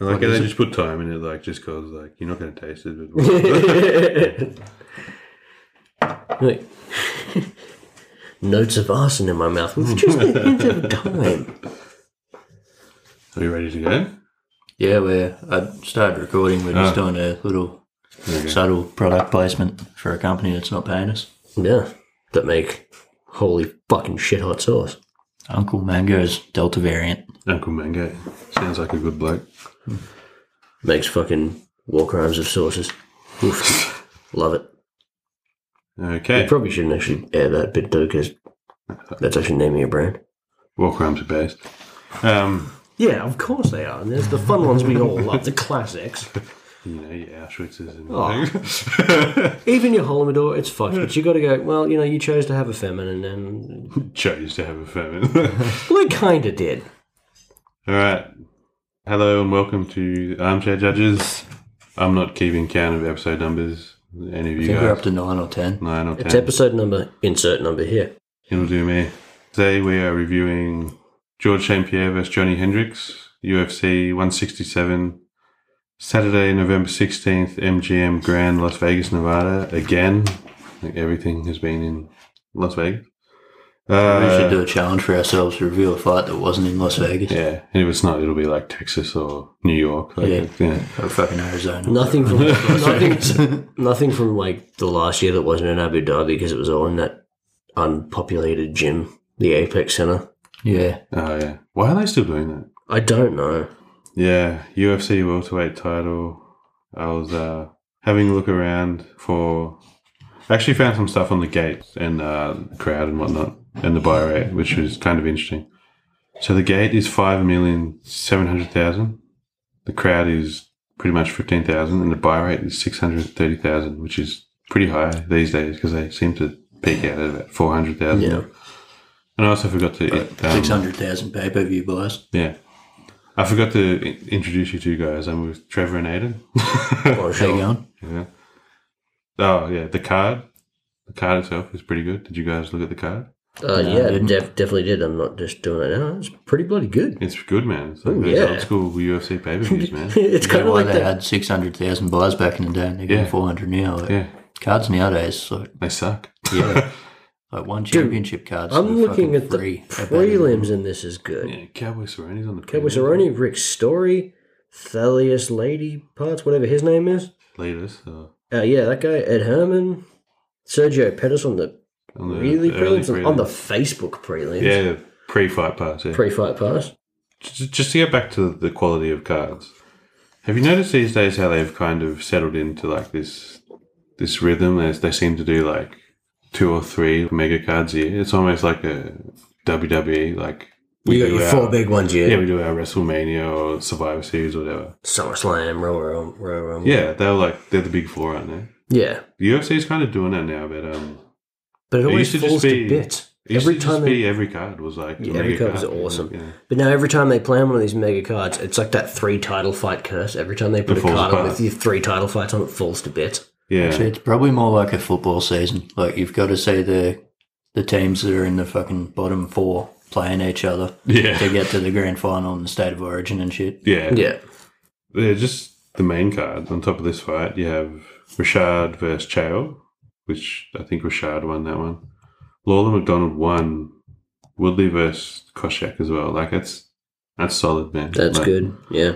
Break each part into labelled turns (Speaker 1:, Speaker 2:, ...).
Speaker 1: I like
Speaker 2: Like,
Speaker 1: how they
Speaker 2: is it-
Speaker 1: just put time in it, like just cause, like you're not going to taste it. But
Speaker 2: Look. Notes of arson in my mouth with just a hint of time.
Speaker 1: are you ready to go?
Speaker 3: Yeah, we're. I started recording. We're just
Speaker 1: Ah.
Speaker 3: doing a little
Speaker 1: Okay.
Speaker 3: subtle product placement for a company that's not paying us.
Speaker 2: Yeah. That make holy fucking shit hot sauce.
Speaker 3: Uncle Mango's Delta variant.
Speaker 1: Uncle Mango sounds like a good bloke.
Speaker 2: Makes fucking war crimes of sauces. Oof. Love it.
Speaker 1: Okay,
Speaker 2: Probably shouldn't actually air that bit though, because that's actually naming a brand.
Speaker 1: war crimes are best. Um,
Speaker 2: Yeah, of course they are. And there's the fun ones we all love, the classics.
Speaker 1: you know, your Auschwitzes and
Speaker 3: Oh.
Speaker 2: Even your Holodomor, it's fucked. But you got to go. Well, you know, you chose to have a feminine, and
Speaker 1: chose to have a famine.
Speaker 2: we kind of did.
Speaker 1: All right. Hello and welcome to Armchair Judges. I'm not keeping count of episode numbers. Any of
Speaker 3: I
Speaker 1: you
Speaker 3: think we're
Speaker 1: guys?
Speaker 3: up to nine or ten.
Speaker 1: Nine or ten.
Speaker 2: It's episode number, insert number here.
Speaker 1: It'll do me. Today we are reviewing George St. Pierre versus Johnny Hendricks, UFC 167, Saturday, November 16th, MGM Grand, Las Vegas, Nevada. Again, like everything has been in Las Vegas.
Speaker 3: we
Speaker 1: Uh,
Speaker 3: should do a challenge for ourselves to review a fight that wasn't in Las Vegas
Speaker 1: yeah, and if it's not, it'll be like Texas or New York. Like,
Speaker 3: Yeah.
Speaker 1: yeah.
Speaker 3: or fucking Arizona.
Speaker 2: Nothing from nothing, nothing from like the last year that wasn't in Abu Dhabi because it was all in that unpopulated gym, the Apex Center.
Speaker 3: Yeah,
Speaker 1: Oh yeah. Why are they still doing that?
Speaker 2: I don't know.
Speaker 1: Yeah, UFC welterweight title. I was uh, having a look around for. Actually, found some stuff on the gate and uh, crowd and whatnot, and the buy rate, which was kind of interesting. So the gate is five million seven hundred thousand. The crowd is pretty much fifteen thousand, and the buy rate is six hundred thirty thousand, which is pretty high these days because they seem to peak out at about four hundred thousand.
Speaker 2: Yeah.
Speaker 1: And I also forgot to um,
Speaker 3: six hundred thousand pay per view buys.
Speaker 1: yeah. I forgot to in- introduce you two guys. I'm with Trevor and Aiden.
Speaker 2: Or
Speaker 3: How you
Speaker 2: sure.
Speaker 3: going?
Speaker 1: yeah. Oh, yeah. The card. The card itself is pretty good. Did you guys look at the card?
Speaker 2: Uh, yeah, def- definitely did. I'm not just doing it now. It's pretty bloody good.
Speaker 1: It's good, man. It's like
Speaker 2: Ooh,
Speaker 1: those
Speaker 2: Oh, yeah.
Speaker 1: old school UFC pay per views, man.
Speaker 2: it's
Speaker 3: You
Speaker 2: kind
Speaker 3: know
Speaker 2: of
Speaker 3: why
Speaker 2: like
Speaker 3: they
Speaker 2: that.
Speaker 3: had six hundred thousand buys back in the day? and They're getting
Speaker 1: Yeah.
Speaker 3: four hundred now. Like,
Speaker 1: Yeah.
Speaker 3: Cards nowadays, so
Speaker 1: They suck.
Speaker 3: yeah, like one championship card.
Speaker 2: I'm looking at the
Speaker 3: free.
Speaker 2: prelims, and this is good.
Speaker 1: Yeah, Cowboy Cerrone's on the
Speaker 2: Cowboy Cerrone, Rick Story, Thalius Lady Parts, whatever his name is.
Speaker 1: Leaders. Uh,
Speaker 2: Uh, yeah, that guy, Ed Herman, Sergio Pettis on the
Speaker 1: on the
Speaker 2: really
Speaker 1: early
Speaker 2: prelims, and on the Facebook prelims.
Speaker 1: Yeah, pre fight pass. Yeah.
Speaker 2: Pre fight pass.
Speaker 1: J- just to get back to the quality of cards, have you noticed these days how they've kind of settled into like this this rhythm? As they seem to do like two or three mega cards a year. It's almost like a WWE like we
Speaker 2: You got
Speaker 1: do
Speaker 2: your
Speaker 1: our-
Speaker 2: four big ones, yeah.
Speaker 1: Yeah, we do our WrestleMania or Survivor Series or whatever.
Speaker 2: SummerSlam, Royal Rumble. Royal Rumble.
Speaker 1: Yeah, they're like they're the big four, aren't they?
Speaker 2: Yeah.
Speaker 1: The UFC is kind of doing that now, but um,
Speaker 2: But it
Speaker 1: It used
Speaker 2: always
Speaker 1: to just
Speaker 2: falls
Speaker 1: be-
Speaker 2: to bits.
Speaker 1: it used
Speaker 2: Every
Speaker 1: to
Speaker 2: time
Speaker 1: just
Speaker 2: they,
Speaker 1: be every card was like a
Speaker 2: Yeah, every
Speaker 1: mega
Speaker 2: card was awesome.
Speaker 1: Yeah.
Speaker 2: but now every time they play on one of these mega cards, it's like that three title fight curse. Every time they put
Speaker 1: It
Speaker 2: a
Speaker 1: falls
Speaker 2: card on
Speaker 1: apart.
Speaker 2: with your three title fights on, it falls to bits.
Speaker 1: Yeah.
Speaker 3: Actually, it's probably more like a football season. Like you've got to see the the teams that are in the fucking bottom four playing each other to
Speaker 1: yeah,
Speaker 3: get to the grand final and the state of origin and shit.
Speaker 1: yeah,
Speaker 2: Yeah.
Speaker 1: Yeah, just the main cards. On top of this fight, you have Rashad versus Chael, which I think Rashad won that one. Lawler McDonald won. Woodley versus Koshak as well. Like that's that's solid, man.
Speaker 2: That's
Speaker 1: Like,
Speaker 2: good. Yeah.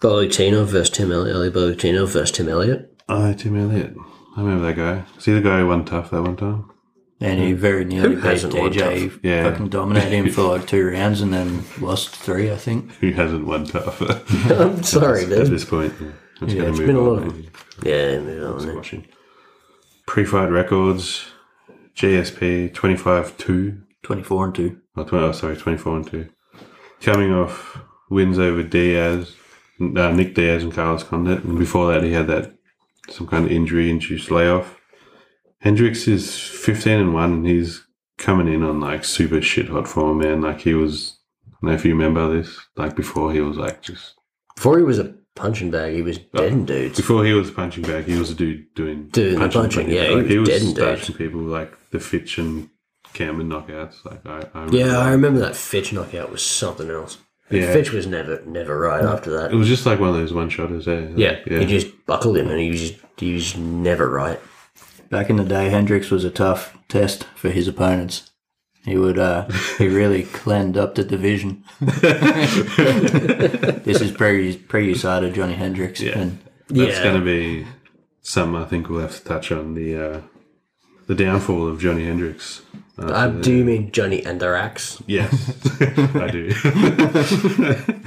Speaker 2: Bolutino versus Tim Elliott. Ellie Bolutino versus Tim Elliott.
Speaker 1: Oh, Tim Elliott. I remember that guy. See the guy who won tough that one time.
Speaker 3: And he very nearly
Speaker 2: Who
Speaker 3: beat
Speaker 2: hasn't won
Speaker 3: DJ,
Speaker 1: Mm-hmm. Yeah.
Speaker 3: fucking dominated him for like two rounds and then lost three, I think.
Speaker 1: Who hasn't won tough?
Speaker 2: I'm sorry,
Speaker 1: At
Speaker 2: dude.
Speaker 1: this point, yeah. I'm just
Speaker 3: Yeah,
Speaker 1: gonna
Speaker 3: it's
Speaker 1: move
Speaker 2: been a
Speaker 1: on,
Speaker 2: lot of-
Speaker 1: maybe.
Speaker 2: Yeah, move on then.
Speaker 1: Watching. Pre-fight records, GSP twenty five two
Speaker 3: 24 and 2.
Speaker 1: Oh, 20, oh, sorry, 24 and 2. Coming off wins over Diaz, uh, Nick Diaz and Carlos Condit. And before that, he had that some kind of injury induced layoff. Hendricks is 15 and 1, and he's coming in on like super shit hot form, man. Like he was And if you remember this, like before he was like just
Speaker 2: Before he was a punching bag, he was
Speaker 1: Oh.
Speaker 2: deading dudes.
Speaker 1: before he was a punching bag, he was a dude doing
Speaker 2: Doing the punching, yeah, he
Speaker 1: like,
Speaker 2: was dead and dude.
Speaker 1: smashing people like the Fitch and Cameron knockouts. Like I, I remember
Speaker 2: Yeah,
Speaker 1: that.
Speaker 2: I remember that Fitch knockout was something else. And
Speaker 1: Yeah.
Speaker 2: Fitch was never never right after
Speaker 1: it
Speaker 2: that.
Speaker 1: was just like one of those one shotters. Eh? Like,
Speaker 2: Yeah,
Speaker 1: yeah.
Speaker 2: he just buckled him, and he was just, he was never right.
Speaker 3: Back in the day, Hendrix was a tough test for his opponents. He would, uh, he really cleaned up the division. this is pre pre-USADA Johnny Hendrix,
Speaker 1: Yeah.
Speaker 3: and
Speaker 1: That's
Speaker 2: yeah,
Speaker 1: going to be some. I think we'll have to touch on the uh, the downfall of Johnny Hendrix. Uh,
Speaker 2: I, do you mean Johnny and their axe?
Speaker 1: yes, I do.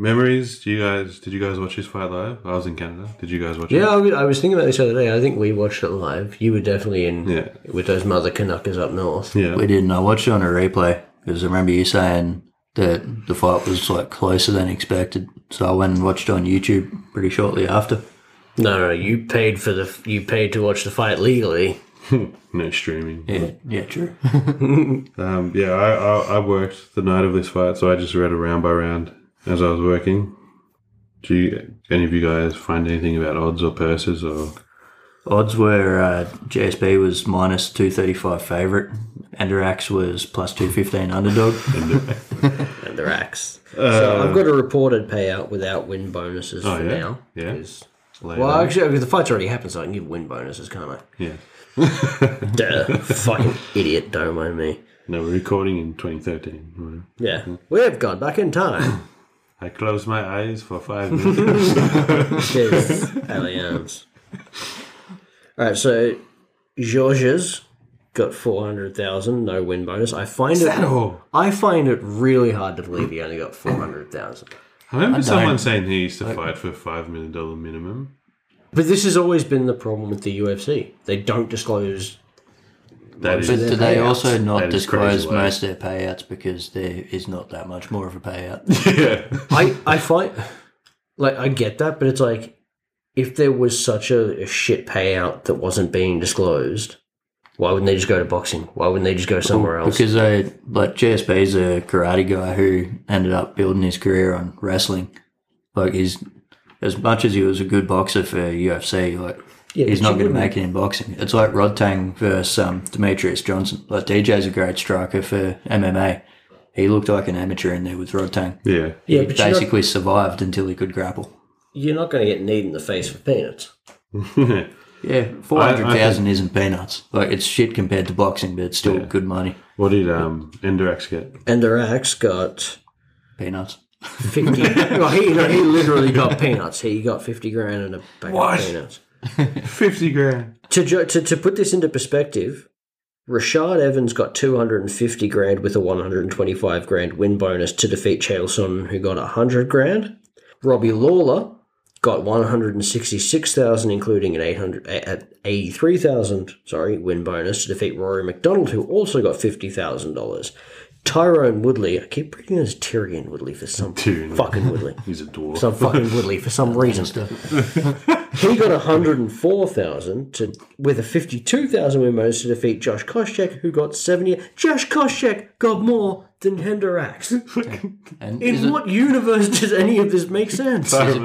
Speaker 1: Memories? Do you guys? Did you guys watch this fight live? I was in Canada. Did you guys watch
Speaker 2: Yeah,
Speaker 1: it?
Speaker 2: I was, I was thinking about this the other day. I think we watched it live. You were definitely in
Speaker 1: Yeah.
Speaker 2: with those mother Canuckers up north.
Speaker 1: Yeah.
Speaker 3: we didn't. I watched it on a replay because I remember you saying that the fight was like closer than expected. So I went and watched it on YouTube pretty shortly after.
Speaker 2: No, no, you paid for the you paid to watch the fight legally.
Speaker 1: No streaming.
Speaker 3: Yeah, yeah, true.
Speaker 1: Um, yeah, I, I, I worked the night of this fight, so I just read it round by round as I was working. Do you, any of you guys find anything about odds or purses or?
Speaker 3: Odds were uh, JSB was minus two thirty five favorite. Andarax was plus two fifteen underdog.
Speaker 2: And their axe. so I've got a reported payout without win bonuses for
Speaker 1: Um, Oh, yeah?
Speaker 2: now.
Speaker 1: Yeah.
Speaker 2: 'cause-
Speaker 1: Later.
Speaker 2: Well, actually, because the fight's already happened, so I can give win bonuses, can't I?
Speaker 1: yeah.
Speaker 2: Duh, fucking idiot, don't mind me.
Speaker 1: No, we're recording in 2013. right?
Speaker 2: Yeah, we've gone back in time.
Speaker 1: I closed my eyes for five minutes.
Speaker 2: Cheers, Allianz. All right, so Georges got four hundred thousand, no win bonus. I find it.
Speaker 1: oh,
Speaker 2: I find it really hard to believe he only got four hundred thousand.
Speaker 1: I remember someone
Speaker 3: don't-
Speaker 1: saying he used to fight for five million dollar minimum.
Speaker 2: But this has always been the problem with the UFC. They don't disclose.
Speaker 1: That is
Speaker 3: But do they
Speaker 2: payouts.
Speaker 3: also
Speaker 1: That
Speaker 3: not
Speaker 1: is
Speaker 3: disclose
Speaker 1: crazy, like-
Speaker 3: most of their payouts because there is not that much more of a payout?
Speaker 1: yeah.
Speaker 2: I I find like I get that, but it's like if there was such a, a shit payout that wasn't being disclosed, why wouldn't they just go to boxing? Why wouldn't they just go somewhere else?
Speaker 3: because they like JSB's a karate guy who ended up building his career on wrestling. Like he's as much as he was a good boxer for UFC, like
Speaker 2: Yeah,
Speaker 3: he's
Speaker 2: but
Speaker 3: not
Speaker 2: you
Speaker 3: going to
Speaker 2: wouldn't-
Speaker 3: make it in boxing. It's like Rod Tang versus um, Demetrius Johnson. Like DJ's a great striker for MMA. He looked like an amateur in there with Rod Tang.
Speaker 1: yeah,
Speaker 2: Yeah,
Speaker 3: he
Speaker 2: but you're not,
Speaker 3: basically survived until he could grapple.
Speaker 2: you're not going to get kneed in the face for peanuts.
Speaker 3: Yeah, four hundred thousand isn't peanuts. Like it's shit compared to boxing, but it's still good money.
Speaker 1: What did um Enderex get?
Speaker 2: And their axe got
Speaker 3: Peanuts.
Speaker 2: fifty. well, he, no, he literally got peanuts. He got fifty grand and a bag
Speaker 1: What?
Speaker 2: of peanuts.
Speaker 1: Fifty grand.
Speaker 2: to, jo- to to put this into perspective, Rashad Evans got 250 grand with a 125 grand win bonus to defeat Chaelson, who got 100 grand. Robbie Lawler got 166,000, including an 800 a- a- 83,000 sorry win bonus to defeat Rory McDonald, who also got $50,000. Tyrone Woodley, I keep reading it as Tyrion Woodley for some
Speaker 1: Tyrion.
Speaker 2: fucking Woodley
Speaker 1: He's a dwarf.
Speaker 2: some fucking Woodley for some reason. he got 104,000 to with a 52,000 win bonus to defeat Josh Koscheck, who got 70. Josh Koscheck got more than Henderax.
Speaker 3: And
Speaker 2: In
Speaker 3: is it,
Speaker 2: what universe does any of this make sense?
Speaker 1: Tyrion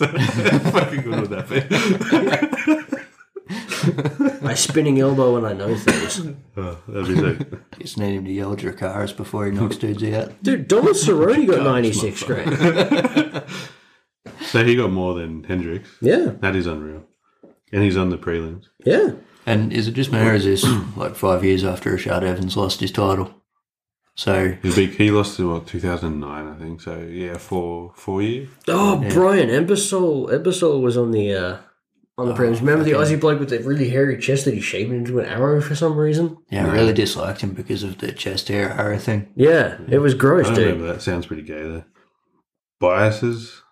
Speaker 1: Lannister. Fucking good with that bit.
Speaker 2: My spinning elbow when I know things.
Speaker 1: Oh, that'd be sick.
Speaker 3: just need him to yell Dracaris before he knocks dudes out.
Speaker 2: Dude, Donald Cerrone got 96 grand.
Speaker 1: So he got more than Hendrix.
Speaker 2: Yeah,
Speaker 1: That is unreal. And he's on the prelims.
Speaker 2: yeah.
Speaker 3: And is it just me or is this like five years after Rashad Evans lost his title? So
Speaker 1: He beat- he lost in what 2009, I think. So yeah, four four years.
Speaker 2: Oh, Brian Ebersol. Ebersol was on the uh, on the prelims. Remember the Aussie bloke with the really hairy chest that he shaved into an arrow for some reason?
Speaker 3: yeah, I really disliked him because of the chest hair arrow thing.
Speaker 2: Yeah, it was gross,
Speaker 1: I don't
Speaker 2: dude.
Speaker 1: remember that. Sounds pretty gay though. Biases.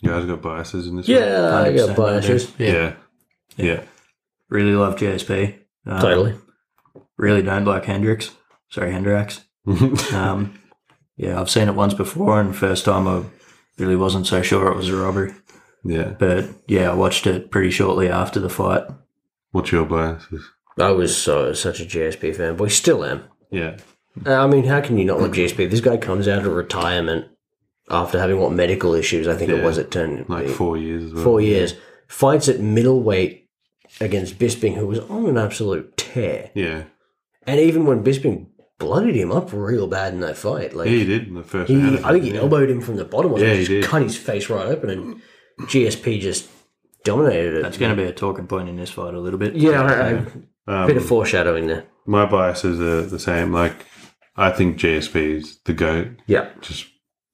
Speaker 1: You guys got biases in this? one?
Speaker 2: Yeah, Uh, I got
Speaker 3: 100%
Speaker 2: biases.
Speaker 3: Yeah.
Speaker 1: yeah, yeah.
Speaker 3: Really love JSP. Um,
Speaker 2: Totally.
Speaker 3: Really don't like Hendrix. Sorry, Hendrix. Um, yeah, I've seen it once before, and first time I really wasn't so sure it was a robbery.
Speaker 1: Yeah.
Speaker 3: But yeah, I watched it pretty shortly after the fight.
Speaker 1: What's your biases?
Speaker 2: I was so such a JSP fanboy. Still am. Uh,
Speaker 1: Yeah.
Speaker 2: I mean, how can you not like GSP? This guy comes out of retirement after having what medical issues? I think it
Speaker 1: Yeah.
Speaker 2: was at ten
Speaker 1: Like four years as well.
Speaker 2: four years. Fights at middleweight against Bisping, who was on an absolute tear.
Speaker 1: Yeah.
Speaker 2: And even when Bisping blooded him up real bad in that fight, like
Speaker 1: Yeah, he did in the first
Speaker 2: he-
Speaker 1: round.
Speaker 2: I think he
Speaker 1: yeah.
Speaker 2: elbowed him from the bottom. Or
Speaker 1: Yeah,
Speaker 2: yeah,
Speaker 1: he
Speaker 2: just
Speaker 1: did.
Speaker 2: cut his face right open, and GSP just dominated it.
Speaker 3: That's going to be a talking point in this fight a little bit.
Speaker 2: yeah, I- I-
Speaker 1: Um,
Speaker 2: bit of foreshadowing there.
Speaker 1: my biases are the same. Like, I think GSP is the goat.
Speaker 2: Yeah,
Speaker 1: Just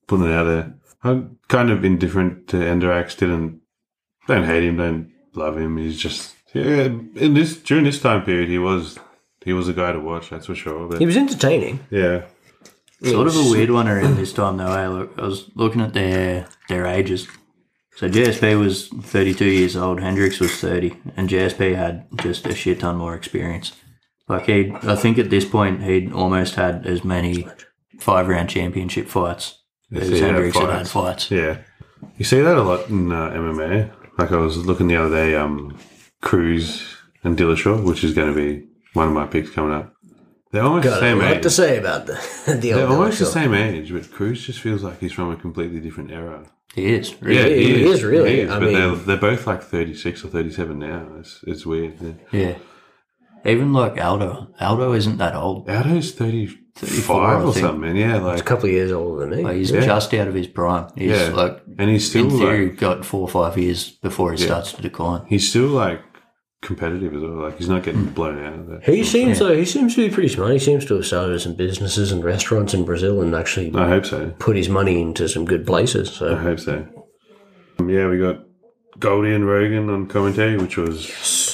Speaker 1: putting it out there. I'm kind of indifferent to Enderax. Didn't don't hate him. Don't love him. He's just yeah. In this during this time period, he was he was a guy to watch. That's for sure. But
Speaker 2: he was entertaining.
Speaker 1: yeah,
Speaker 3: Sort of a weird one around this time though. eh? Look, I was looking at their their ages. So JSP was 32 years old. Hendricks was 30, and JSP had just a shit ton more experience. Like he, I think at this point he'd almost had as many five round championship fights
Speaker 1: Yes,
Speaker 3: as
Speaker 1: he had
Speaker 3: Hendricks had had
Speaker 1: fights.
Speaker 3: fights.
Speaker 1: yeah. You see that a lot in uh, MMA. Like I was looking the other day, um, Cruz and Dillashaw, which is going to be one of my picks coming up. They're almost the
Speaker 2: Got a
Speaker 1: same
Speaker 2: lot
Speaker 3: eh?
Speaker 1: age.
Speaker 2: to say about the the
Speaker 1: They're
Speaker 2: old
Speaker 1: almost the
Speaker 2: Dillashaw.
Speaker 1: same age, but Cruz just feels like he's from a completely different era.
Speaker 3: He is.
Speaker 1: Yeah,
Speaker 3: Really.
Speaker 2: he is, really. I
Speaker 1: but
Speaker 2: mean-
Speaker 1: they're, they're both like 36 or 37 now. It's, it's weird. Yeah.
Speaker 3: Yeah. Even like Aldo. Aldo isn't that old.
Speaker 1: Aldo's
Speaker 3: 34,
Speaker 1: 35
Speaker 3: I
Speaker 1: or
Speaker 3: think.
Speaker 1: something. Yeah,
Speaker 2: He's a
Speaker 1: like,
Speaker 2: couple of years older than me.
Speaker 3: Like Oh, he's
Speaker 1: Yeah.
Speaker 3: just out of his prime. He's
Speaker 1: Yeah.
Speaker 3: like
Speaker 1: and he's still
Speaker 3: in theory
Speaker 1: like,
Speaker 3: got four or five years before he starts to decline.
Speaker 1: he's still like competitive as well. Like, he's not getting blown out of that.
Speaker 2: He seems though he seems to be pretty smart. He seems to have started some businesses and restaurants in Brazil and actually
Speaker 1: I hope so.
Speaker 3: Oh.
Speaker 2: put his money into some good places. So
Speaker 1: I hope so. Um, yeah, we got Goldie and Rogan on commentary, which was,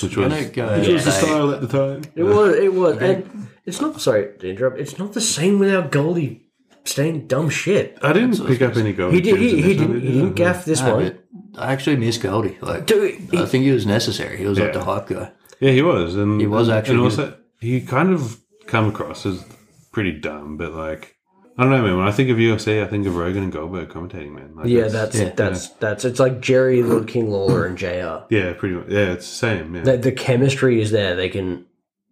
Speaker 1: which was,
Speaker 3: gonna go
Speaker 1: which was the
Speaker 3: say-
Speaker 1: style at the time.
Speaker 2: it was it was and it's not sorry to interrupt. It's not the same without Goldie saying dumb shit.
Speaker 1: I didn't pick up any Goldie.
Speaker 2: He did
Speaker 1: tunes
Speaker 2: he,
Speaker 1: in
Speaker 2: he
Speaker 1: this one,
Speaker 2: didn't he
Speaker 1: I?
Speaker 2: didn't gaff this
Speaker 3: No,
Speaker 2: one.
Speaker 3: Ah, but I actually miss Goldie. Like,
Speaker 2: Dude, he-
Speaker 3: I think he was necessary. He was like
Speaker 1: Yeah.
Speaker 3: the hype guy.
Speaker 1: Yeah, he was, and
Speaker 3: He was actually
Speaker 1: and also he kind of come across as pretty dumb, but like I don't know, man. When I think of UFC, I think of Rogan and Goldberg commentating, man. Like,
Speaker 2: Yeah,
Speaker 1: it's-
Speaker 2: that's
Speaker 3: yeah.
Speaker 2: that's that's it's like Jerry, Lord King Lawler, and Jr.
Speaker 1: yeah, pretty much. Yeah, it's the same. Yeah,
Speaker 2: The, the chemistry is there. They can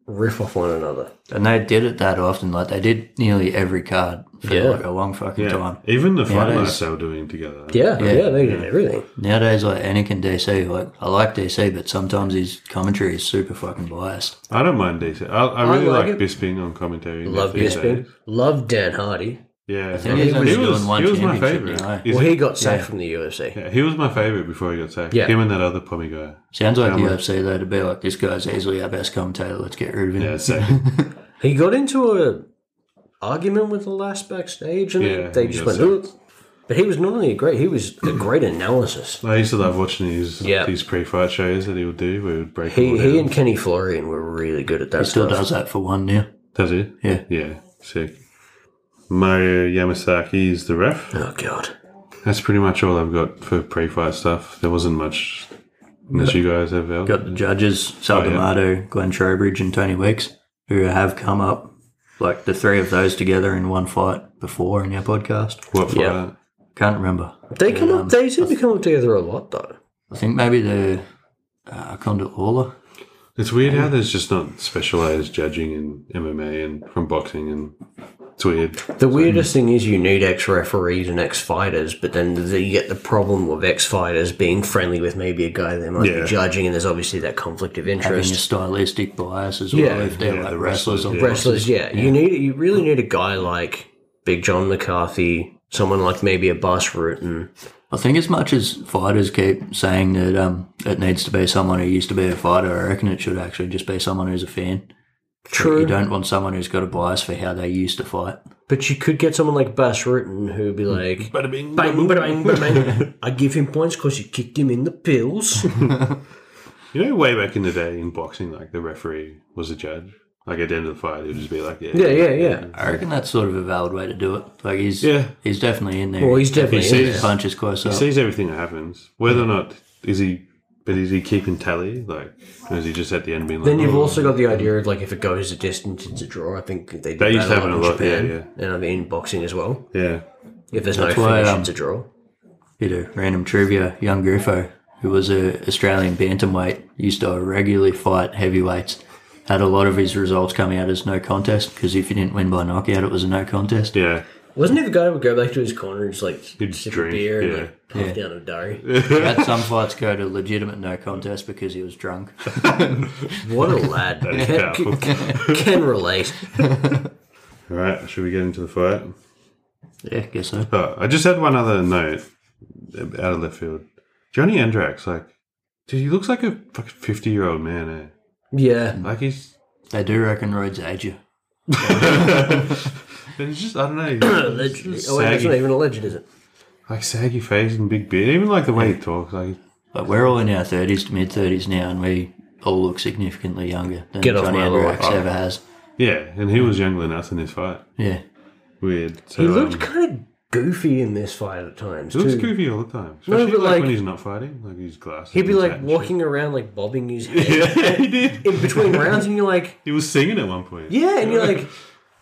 Speaker 2: riff off one another.
Speaker 3: And they did it that often. Like, they did nearly every card for
Speaker 2: Yeah.
Speaker 3: like a long fucking
Speaker 1: yeah.
Speaker 3: time.
Speaker 1: Even the fight
Speaker 3: it
Speaker 1: nights
Speaker 3: is.
Speaker 1: they were doing together.
Speaker 2: Yeah, yeah, they did everything.
Speaker 3: Nowadays, like Anakin DC, like I like DC, but sometimes his commentary is super fucking biased.
Speaker 1: I don't mind DC. I, I really
Speaker 2: like
Speaker 1: like,
Speaker 2: it.
Speaker 1: Bisping on commentary.
Speaker 2: Love
Speaker 1: these
Speaker 2: Bisping.
Speaker 1: days.
Speaker 2: Love Dan Hardy.
Speaker 1: Yeah,
Speaker 3: think he's only doing one
Speaker 1: he was my
Speaker 3: championship
Speaker 1: favorite.
Speaker 3: now, eh?
Speaker 2: Well, he got sacked from the UFC.
Speaker 1: yeah, he was my favorite before he got sacked.
Speaker 2: Yeah.
Speaker 1: Him and that other pommy guy.
Speaker 3: Sounds like the UFC though to be like this guy's easily our best commentator. Let's get rid of him.
Speaker 1: Yeah, second.
Speaker 2: He got into a argument with the last backstage, and
Speaker 1: Yeah,
Speaker 2: they
Speaker 1: he
Speaker 2: just
Speaker 1: got
Speaker 2: went. "Ugh." But he was not only great; he was a great analysis.
Speaker 1: I used to love watching these
Speaker 2: Yeah.
Speaker 1: these pre-fight shows that he would do. where He would break.
Speaker 2: He,
Speaker 1: them all
Speaker 2: he
Speaker 1: down.
Speaker 2: and Kenny Florian were really good at that.
Speaker 3: He still
Speaker 2: stuff.
Speaker 3: does that for one now.
Speaker 1: Does he?
Speaker 3: Yeah.
Speaker 1: Yeah. Sick. Mario Yamasaki is the ref.
Speaker 2: Oh god.
Speaker 1: That's pretty much all I've got for pre-fight stuff. There wasn't much unless you guys have Val.
Speaker 3: Got the judges, Sal
Speaker 1: Oh, yeah.
Speaker 3: D'Amato, Glenn Trowbridge, and Tony Weeks, who have come up, like the three of those together in one fight before in our podcast.
Speaker 1: What fight?
Speaker 2: Yeah.
Speaker 3: Can't remember.
Speaker 2: They come up. They seem to come up together a lot, though.
Speaker 3: I think maybe the uh, Condit Lawler.
Speaker 1: It's weird how there's just not specialized judging in MMA and from boxing and it's weird.
Speaker 2: The weirdest thing is you need ex referees and ex fighters, but then the, you get the problem of ex fighters being friendly with maybe a guy they might
Speaker 1: Yeah.
Speaker 2: be judging, and there's obviously that conflict of
Speaker 3: Having a
Speaker 2: interest.
Speaker 3: stylistic bias as
Speaker 2: Yeah.
Speaker 3: well if they're
Speaker 1: Yeah,
Speaker 3: like
Speaker 1: the
Speaker 3: wrestlers or
Speaker 1: wrestlers,
Speaker 2: wrestlers. Yeah, you need you really need a guy like Big John McCarthy, someone like maybe a Bus Rutan.
Speaker 3: I think as much as fighters keep saying that um, it needs to be someone who used to be a fighter, I reckon it should actually just be someone who's a fan. You
Speaker 2: True,
Speaker 3: don't want someone who's got a bias for how they used to fight.
Speaker 2: but you could get someone like Bus Rutan who'd be like,
Speaker 1: Bada bing,
Speaker 2: bang,
Speaker 1: bada boom.
Speaker 2: bada bang, bada bang. I give him points because you kicked him in the pills.
Speaker 1: You know, way back in the day in boxing, like the referee was a judge. Like at the end of the fight, it would just be like, yeah,
Speaker 2: yeah, yeah, yeah.
Speaker 3: I reckon that's sort of a valid way to do it. Like he's
Speaker 1: Yeah.
Speaker 3: he's definitely in there.
Speaker 2: Well, he's definitely
Speaker 1: He
Speaker 2: in
Speaker 1: sees-
Speaker 2: there.
Speaker 3: punches close up.
Speaker 1: He sees everything that happens, whether or not is he. But is he keeping tally? Like, or is he just at the end being like?
Speaker 2: Then you've
Speaker 1: "Oh,
Speaker 2: also got the idea of like if it goes a distance, it's a draw. I think they did
Speaker 1: That used to
Speaker 2: that
Speaker 1: happen
Speaker 2: in
Speaker 1: a lot, yeah,
Speaker 2: Japan, and I mean in boxing as well.
Speaker 1: yeah,
Speaker 2: If there's
Speaker 3: That's
Speaker 2: no
Speaker 3: why,
Speaker 2: finish,
Speaker 3: um,
Speaker 2: it's a draw.
Speaker 3: Bit of random trivia: Young Griffo, who was a Australian bantamweight, used to regularly fight heavyweights, had a lot of his results coming out as no contest because if you didn't win by knockout, it was a no contest.
Speaker 1: Yeah.
Speaker 2: Wasn't he the guy who would go back to his corner and just like
Speaker 1: He'd
Speaker 2: sip
Speaker 1: drink,
Speaker 2: a beer and
Speaker 1: yeah.
Speaker 2: like puff down a diary?
Speaker 3: I had some fights go to legitimate no contest because he was drunk.
Speaker 2: What a lad.
Speaker 1: is powerful.
Speaker 2: can, can relate.
Speaker 1: All right. Should we get into the fight?
Speaker 3: yeah, guess so.
Speaker 1: Oh, I just had one other note uh, out of left field. Johnny Andrax, like, dude, he looks like a fucking 50 year old man, eh?
Speaker 2: Yeah.
Speaker 1: Like, he's.
Speaker 3: They do reckon Rhodes age you.
Speaker 1: And he's just, I don't know. he's just
Speaker 2: Allegedly. Oh, wait, that's not
Speaker 1: saggy,
Speaker 2: even alleged, is it?
Speaker 1: like, saggy face and big beard. Even, like, the way he talks. Like,
Speaker 3: But we're all in our 30s to mid 30s now, and we all look significantly younger than
Speaker 2: Get off
Speaker 3: Johnny
Speaker 2: my lawn.
Speaker 3: Andrews ever has.
Speaker 1: yeah. And he was younger than us in this fight.
Speaker 3: Yeah.
Speaker 1: Weird. So,
Speaker 2: He looked
Speaker 1: um,
Speaker 2: kind of goofy in this fight at times,
Speaker 1: he looks
Speaker 2: too.
Speaker 1: goofy all the time.
Speaker 2: No,
Speaker 1: Especially,
Speaker 2: but,
Speaker 1: like,
Speaker 2: like,
Speaker 1: when he's not fighting. Like, his glasses.
Speaker 2: He'd be
Speaker 1: and
Speaker 2: like
Speaker 1: hat and shit.
Speaker 2: walking around, like bobbing his head
Speaker 1: Yeah, he did.
Speaker 2: in between rounds, and you're like,
Speaker 1: He was singing at one point.
Speaker 2: yeah, and you're like,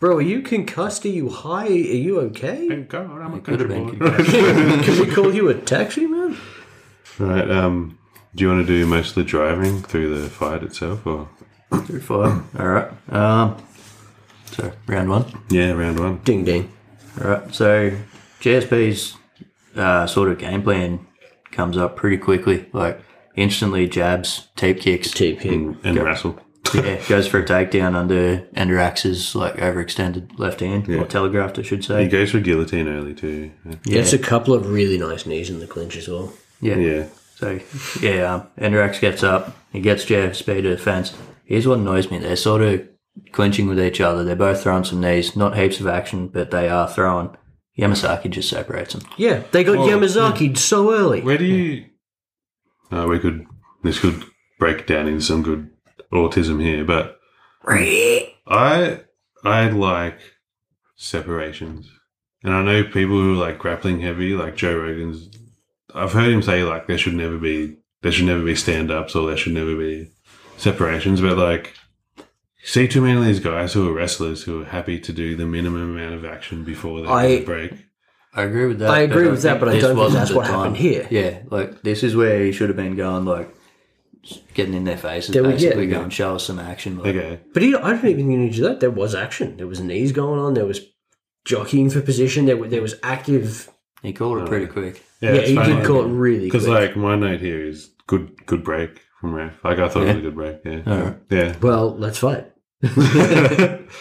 Speaker 2: bro, are you concussed? Are you high? Are you okay?
Speaker 1: Thank God, I'm a
Speaker 3: could have been
Speaker 1: country boy.
Speaker 2: Can we call you a taxi, man?
Speaker 1: Right. Um, do you want to do most of the driving through the fight itself, or
Speaker 3: Three, five. All right. Um, so, round one.
Speaker 1: yeah, round one?
Speaker 2: Ding ding.
Speaker 3: Right. So JSP's uh, sort of game plan comes up pretty quickly. Like instantly jabs, tape kicks.
Speaker 2: Cheap hit.
Speaker 1: And, and wrestle.
Speaker 3: yeah, goes for a takedown under Anderax's like overextended left hand or telegraphed, I should
Speaker 1: He
Speaker 3: say.
Speaker 1: goes for guillotine early too. Yeah.
Speaker 2: Gets a couple of really nice knees in the clinch as well.
Speaker 3: Yeah.
Speaker 1: Yeah.
Speaker 3: So yeah, um, Anderax gets up. He gets JSP to the fence. Here's what annoys me. They're sort of clinching with each other. They're both throwing some knees. Not heaps of action, but they are throwing. Yamasaki just separates them.
Speaker 2: Yeah, they got Yamazaki so early.
Speaker 1: Oh. Hmm. Where do you? Uh, we could. This could break down into some good autism here, but I I like separations, and I know people who like grappling heavy, like Joe Rogan's. I've heard him say like there should never be there should never be stand ups or there should never be separations, but like you see too many of these guys who are wrestlers who are happy to do the minimum amount of action before they
Speaker 2: I-
Speaker 1: I, break.
Speaker 3: I agree with that.
Speaker 2: I
Speaker 3: but
Speaker 2: agree with that,
Speaker 3: think
Speaker 2: but I
Speaker 3: this
Speaker 2: don't think
Speaker 3: wasn't
Speaker 2: that's
Speaker 3: the
Speaker 2: what happened here.
Speaker 3: Yeah, like this is where he should have been going, like getting in their faces,
Speaker 2: There we-
Speaker 3: basically
Speaker 2: yeah.
Speaker 3: going, show us some action. Like,
Speaker 1: Okay,
Speaker 2: But he, I don't even think you need to do that. There was action. There was knees going on. There was jockeying for position. There, wa- there was active.
Speaker 3: He called it pretty quick.
Speaker 2: Yeah, he did call it really
Speaker 1: Because
Speaker 2: quick.
Speaker 1: like my note here is good good break from ref. Like I thought it was a good break. Yeah, yeah,
Speaker 2: well, let's fight.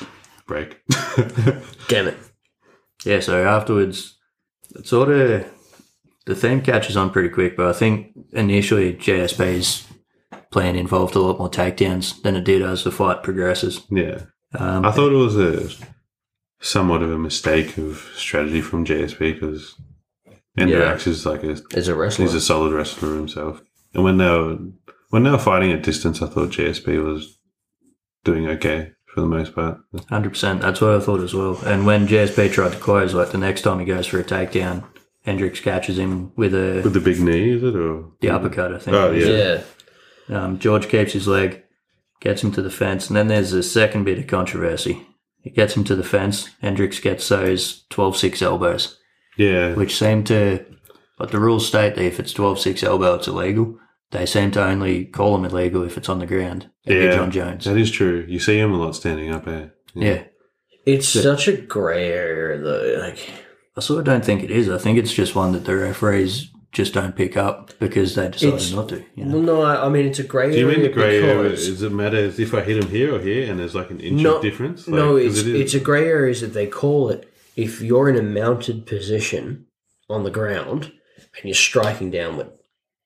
Speaker 1: break.
Speaker 2: Damn it.
Speaker 3: Yeah, so afterwards, it sort of the theme catches on pretty quick, but I think initially JSP's plan involved a lot more takedowns than it did as the fight progresses.
Speaker 1: yeah.
Speaker 3: Um,
Speaker 1: I thought it was a somewhat of a mistake of strategy from JSP because Enderax is like a
Speaker 2: As a wrestler,
Speaker 1: he's a solid wrestler himself. And when they were when they were fighting at distance, I thought JSP was doing okay for the most part.
Speaker 3: Hundred percent. That's what I thought as well. And when JSP tried to close, like the next time he goes for a takedown, Hendricks catches him with a
Speaker 1: With the big knee, is it or
Speaker 3: the uppercut. I think.
Speaker 1: Oh, yeah.
Speaker 2: yeah.
Speaker 3: Um, George keeps his leg, gets him to the fence, and then there's a second bit of controversy. He gets him to the fence. Hendricks gets those 12-6 elbows,
Speaker 1: yeah?
Speaker 3: which seem to, but the rules state that if it's 12-6 elbow, it's illegal. They seem to only call them illegal if it's on the ground. like
Speaker 1: Yeah.
Speaker 3: John Jones.
Speaker 1: That is true. You see him a lot standing up eh? there.
Speaker 3: Yeah.
Speaker 2: It's such a grey area, though. Like,
Speaker 3: I sort of don't think it is. I think it's just one that the referees just don't pick up because they decided
Speaker 2: It's-
Speaker 3: not to. You know?
Speaker 2: well, no, I I mean it's a grey area.
Speaker 1: Do you mean the grey area?
Speaker 2: because-
Speaker 1: Does it matter if I hit him here or here, and there's like an inch
Speaker 2: No,
Speaker 1: of difference? Like,
Speaker 2: no,
Speaker 1: 'cause
Speaker 2: it's
Speaker 1: it is.
Speaker 2: it's a grey area that they call it if you're in a mounted position on the ground and you're striking downward.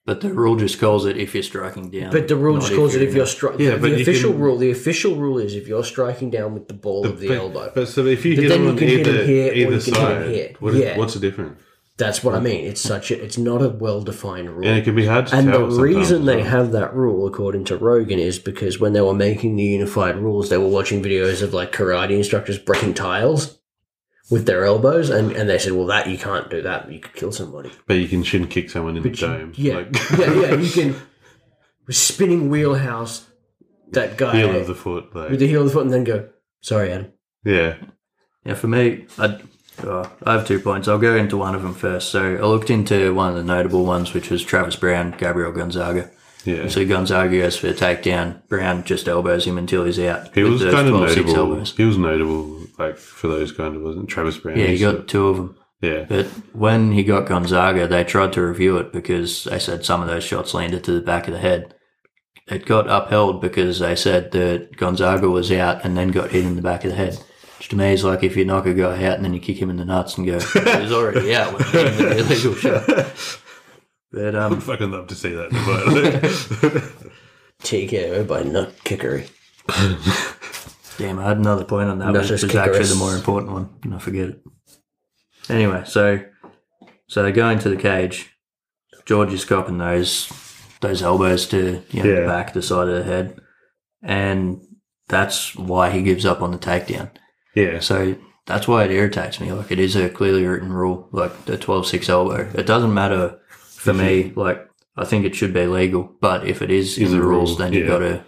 Speaker 3: But the rule just calls it if you're striking down.
Speaker 2: But the rule
Speaker 3: not
Speaker 2: just calls it if
Speaker 3: in
Speaker 2: you're
Speaker 3: it.
Speaker 2: striking.
Speaker 1: Yeah,
Speaker 2: Yeah,
Speaker 1: but
Speaker 2: the
Speaker 1: you
Speaker 2: official
Speaker 1: can-
Speaker 2: rule. The official rule is if you're striking down with the ball of the
Speaker 1: but,
Speaker 2: elbow.
Speaker 1: But so if you
Speaker 2: But
Speaker 1: hit
Speaker 2: then
Speaker 1: him
Speaker 2: you
Speaker 1: on
Speaker 2: can hit him
Speaker 1: either,
Speaker 2: here or you
Speaker 1: either
Speaker 2: can hit him here.
Speaker 1: side, what is,
Speaker 2: Yeah.
Speaker 1: what's the difference?
Speaker 2: That's what I mean. It's such a. It's not a well defined rule.
Speaker 1: And it can be hard to
Speaker 2: And the
Speaker 1: tell. sometimes
Speaker 2: reason
Speaker 1: as
Speaker 2: they
Speaker 1: well.
Speaker 2: have that rule, according to Rogan, is because when they were making the unified rules, they were watching videos of like karate instructors breaking tiles with their elbows, and, and they said, "Well, that you can't do that. You could kill somebody."
Speaker 1: but you can shin kick someone in the dome.
Speaker 2: Yeah,
Speaker 1: like,
Speaker 2: yeah, yeah. You can spinning wheelhouse that guy
Speaker 1: heel of the foot.
Speaker 2: with
Speaker 1: Like,
Speaker 2: the heel of the foot, and then go, "Sorry, Adam."
Speaker 1: yeah,
Speaker 3: Yeah, for me, I, oh, I have two points. I'll go into one of them first. So I looked into one of the notable ones, which was Travis Brown, Gabriel Gonzaga.
Speaker 1: Yeah.
Speaker 3: So Gonzaga goes for the takedown. Brown just elbows him until he's out.
Speaker 1: He
Speaker 3: with
Speaker 1: was
Speaker 3: those
Speaker 1: kind of
Speaker 3: 12-6
Speaker 1: notable.
Speaker 3: elbows.
Speaker 1: He was notable, like for those kind of wasn't Travis Brown.
Speaker 3: Yeah, he
Speaker 1: he's
Speaker 3: got two of them.
Speaker 1: a- yeah,
Speaker 3: But when he got Gonzaga, they tried to review it because they said some of those shots landed to the back of the head. It got upheld because they said that Gonzaga was out and then got hit in the back of the head. Which to me is like if you knock a guy out and then you kick him in the nuts and go, he's already out when you hit him with the illegal shot. But um,
Speaker 1: fucking love to see that. but-
Speaker 2: TKO by Nut Kickery.
Speaker 3: Damn, I had another point on that,
Speaker 2: No,
Speaker 3: which
Speaker 2: just
Speaker 3: is
Speaker 2: kick
Speaker 3: actually
Speaker 2: ass.
Speaker 3: the more important one, and I forget it. Anyway, so so they go into the cage. George is copping those those elbows to you know,
Speaker 1: Yeah.
Speaker 3: the back, the side of the head, and that's why he gives up on the takedown.
Speaker 1: yeah,
Speaker 3: So that's why it irritates me. Like it is a clearly written rule, like the 12-6 elbow. It doesn't matter for me. Like I think it should be legal, but if it is
Speaker 1: Is
Speaker 3: in
Speaker 1: a
Speaker 3: the rules,
Speaker 1: rule,
Speaker 3: then you
Speaker 1: yeah.
Speaker 3: got to.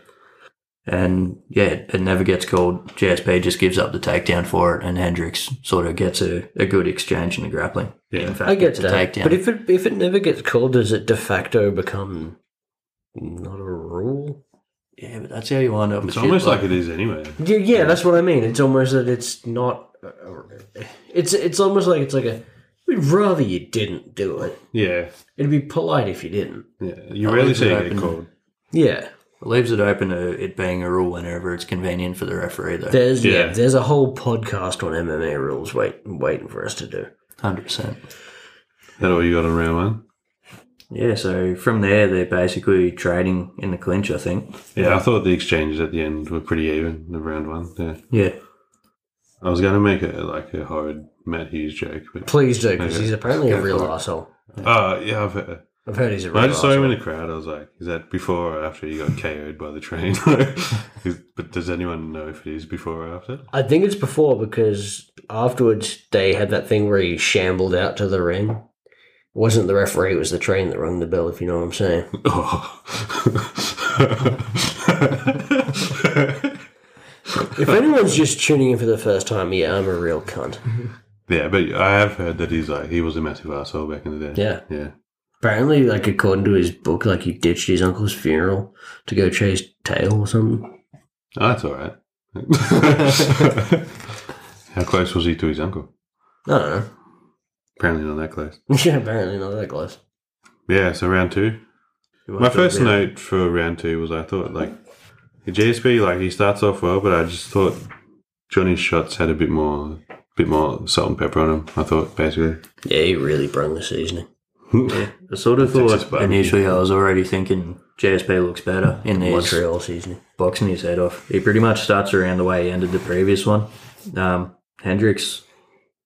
Speaker 3: And yeah, it never gets called. JSP just gives up the takedown for it, and Hendricks sort of gets a, a good exchange in the grappling.
Speaker 1: Yeah.
Speaker 3: in fact,
Speaker 2: I get
Speaker 3: it's a
Speaker 2: that.
Speaker 3: takedown.
Speaker 2: But if it if it never gets called, does it de facto become not a rule?
Speaker 3: yeah, but that's how you wind up. with
Speaker 1: it's
Speaker 3: shit
Speaker 1: almost like it is anyway.
Speaker 2: Yeah, yeah, that's what I mean. It's almost that it's not. It's it's almost like it's like a. We'd rather you didn't do it.
Speaker 1: Yeah,
Speaker 2: It'd be polite if you didn't.
Speaker 1: yeah. You
Speaker 3: At
Speaker 1: rarely
Speaker 3: least
Speaker 1: see
Speaker 3: it
Speaker 1: it get
Speaker 3: opened.
Speaker 1: called.
Speaker 2: Yeah,
Speaker 3: It leaves it open to it being a rule whenever it's convenient for the referee, though.
Speaker 2: there's yeah.
Speaker 1: Yeah.
Speaker 2: there's a whole podcast on MMA rules wait waiting for us to do.
Speaker 3: Hundred percent.
Speaker 1: That all you got on round one?
Speaker 3: Yeah, so from there they're basically trading in the clinch, I think.
Speaker 1: Yeah, I thought the exchanges at the end were pretty even. The round one. Yeah,
Speaker 3: Yeah.
Speaker 1: I was gonna make a like a horrid Matt Hughes joke, but
Speaker 2: Please do because
Speaker 1: Okay.
Speaker 2: he's apparently a
Speaker 1: Go
Speaker 2: real
Speaker 1: for it.
Speaker 2: asshole.
Speaker 1: uh, yeah, I've heard.
Speaker 2: I've heard he's a real
Speaker 1: I just saw him
Speaker 2: asshole.
Speaker 1: in the crowd. I was like, is that before or after he got KO'd by the train? Is- but does anyone know if it is before or after?
Speaker 2: I think it's before because afterwards they had that thing where he shambled out to the ring. It wasn't the referee, it was the train that rung the bell, if you know what I'm saying.
Speaker 1: Oh.
Speaker 2: If anyone's just tuning in for the first time, yeah, I'm a real cunt.
Speaker 1: yeah, but I have heard that he's like, he was a massive asshole back in the day.
Speaker 2: Yeah.
Speaker 1: Yeah.
Speaker 2: Apparently, like according to his book, like he ditched his uncle's funeral to go chase tail or something.
Speaker 1: Oh, that's all right. How close was he to his uncle?
Speaker 2: I don't know.
Speaker 1: Apparently not that close.
Speaker 2: Yeah, apparently not that close.
Speaker 1: Yeah, so round two. My first note for round two was I thought like GSP like he starts off well, but I just thought Johnny's shots had a bit more, bit more salt and pepper on him. I thought basically.
Speaker 2: Yeah, he really brung the seasoning.
Speaker 3: Yeah, I sort of
Speaker 1: Texas
Speaker 3: thought
Speaker 1: barbecue.
Speaker 3: initially I was already thinking JSP looks better in these
Speaker 2: Montreal seasoning.
Speaker 3: boxing his head off. He pretty much starts around the way he ended the previous one. Um, Hendricks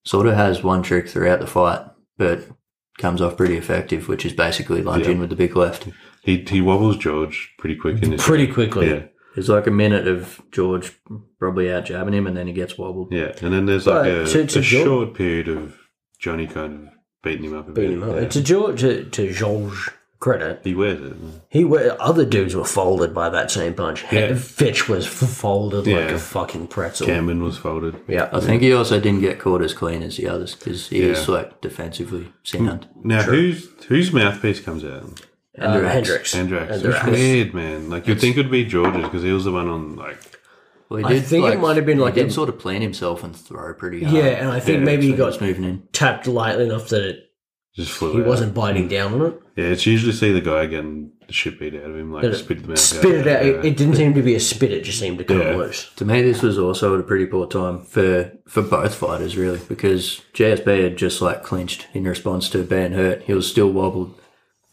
Speaker 3: sort of has one trick throughout the fight, but comes off pretty effective, which is basically lunge
Speaker 1: Yeah.
Speaker 3: in with the big left.
Speaker 1: He he wobbles George pretty quick in this.
Speaker 2: Pretty quickly.
Speaker 1: yeah,
Speaker 3: There's like a minute of George probably out jabbing him and then he gets wobbled.
Speaker 1: yeah, and then there's like a,
Speaker 2: But to- to
Speaker 1: a
Speaker 2: George-
Speaker 1: short period of Johnny kind of beating him up a
Speaker 2: Beat
Speaker 1: bit.
Speaker 2: him up.
Speaker 1: Yeah.
Speaker 2: To George, to, to George credit,
Speaker 1: He wears it.
Speaker 2: he were, other dudes were folded by that same punch.
Speaker 1: Yeah.
Speaker 2: Fitch was f- folded like
Speaker 1: Yeah.
Speaker 2: a fucking pretzel.
Speaker 1: Cameron was folded.
Speaker 2: Yeah,
Speaker 3: I think he also didn't get caught as clean as the others because he is
Speaker 1: Yeah.
Speaker 3: like defensively sound.
Speaker 1: Now whose whose mouthpiece comes out?
Speaker 2: uh,
Speaker 3: Hendricks.
Speaker 2: Hendricks.
Speaker 1: Andrax.
Speaker 2: Andrax.
Speaker 1: It's weird, man. Like you'd think it'd be George's because he was the one on like
Speaker 3: Well, he
Speaker 2: I think it might have been
Speaker 3: he
Speaker 2: like
Speaker 3: did
Speaker 2: a-
Speaker 3: sort of plan himself and throw pretty hard.
Speaker 2: Yeah, and I think
Speaker 1: uh, Yeah,
Speaker 2: maybe he got
Speaker 3: Just moving in.
Speaker 2: tapped lightly enough that it,
Speaker 1: just flew.
Speaker 2: he
Speaker 1: out.
Speaker 2: wasn't biting down on it.
Speaker 1: Yeah, it's usually see the guy getting the shit beat out of him, like
Speaker 2: Did it
Speaker 1: spit the mouth
Speaker 2: Spit it out.
Speaker 1: Yeah.
Speaker 2: It, it didn't seem to be a spit. It just seemed to come
Speaker 1: Yeah.
Speaker 2: loose.
Speaker 3: To me, this was also at a pretty poor time for for both fighters, really, because JSB had just like clinched in response to being hurt. He was still wobbled.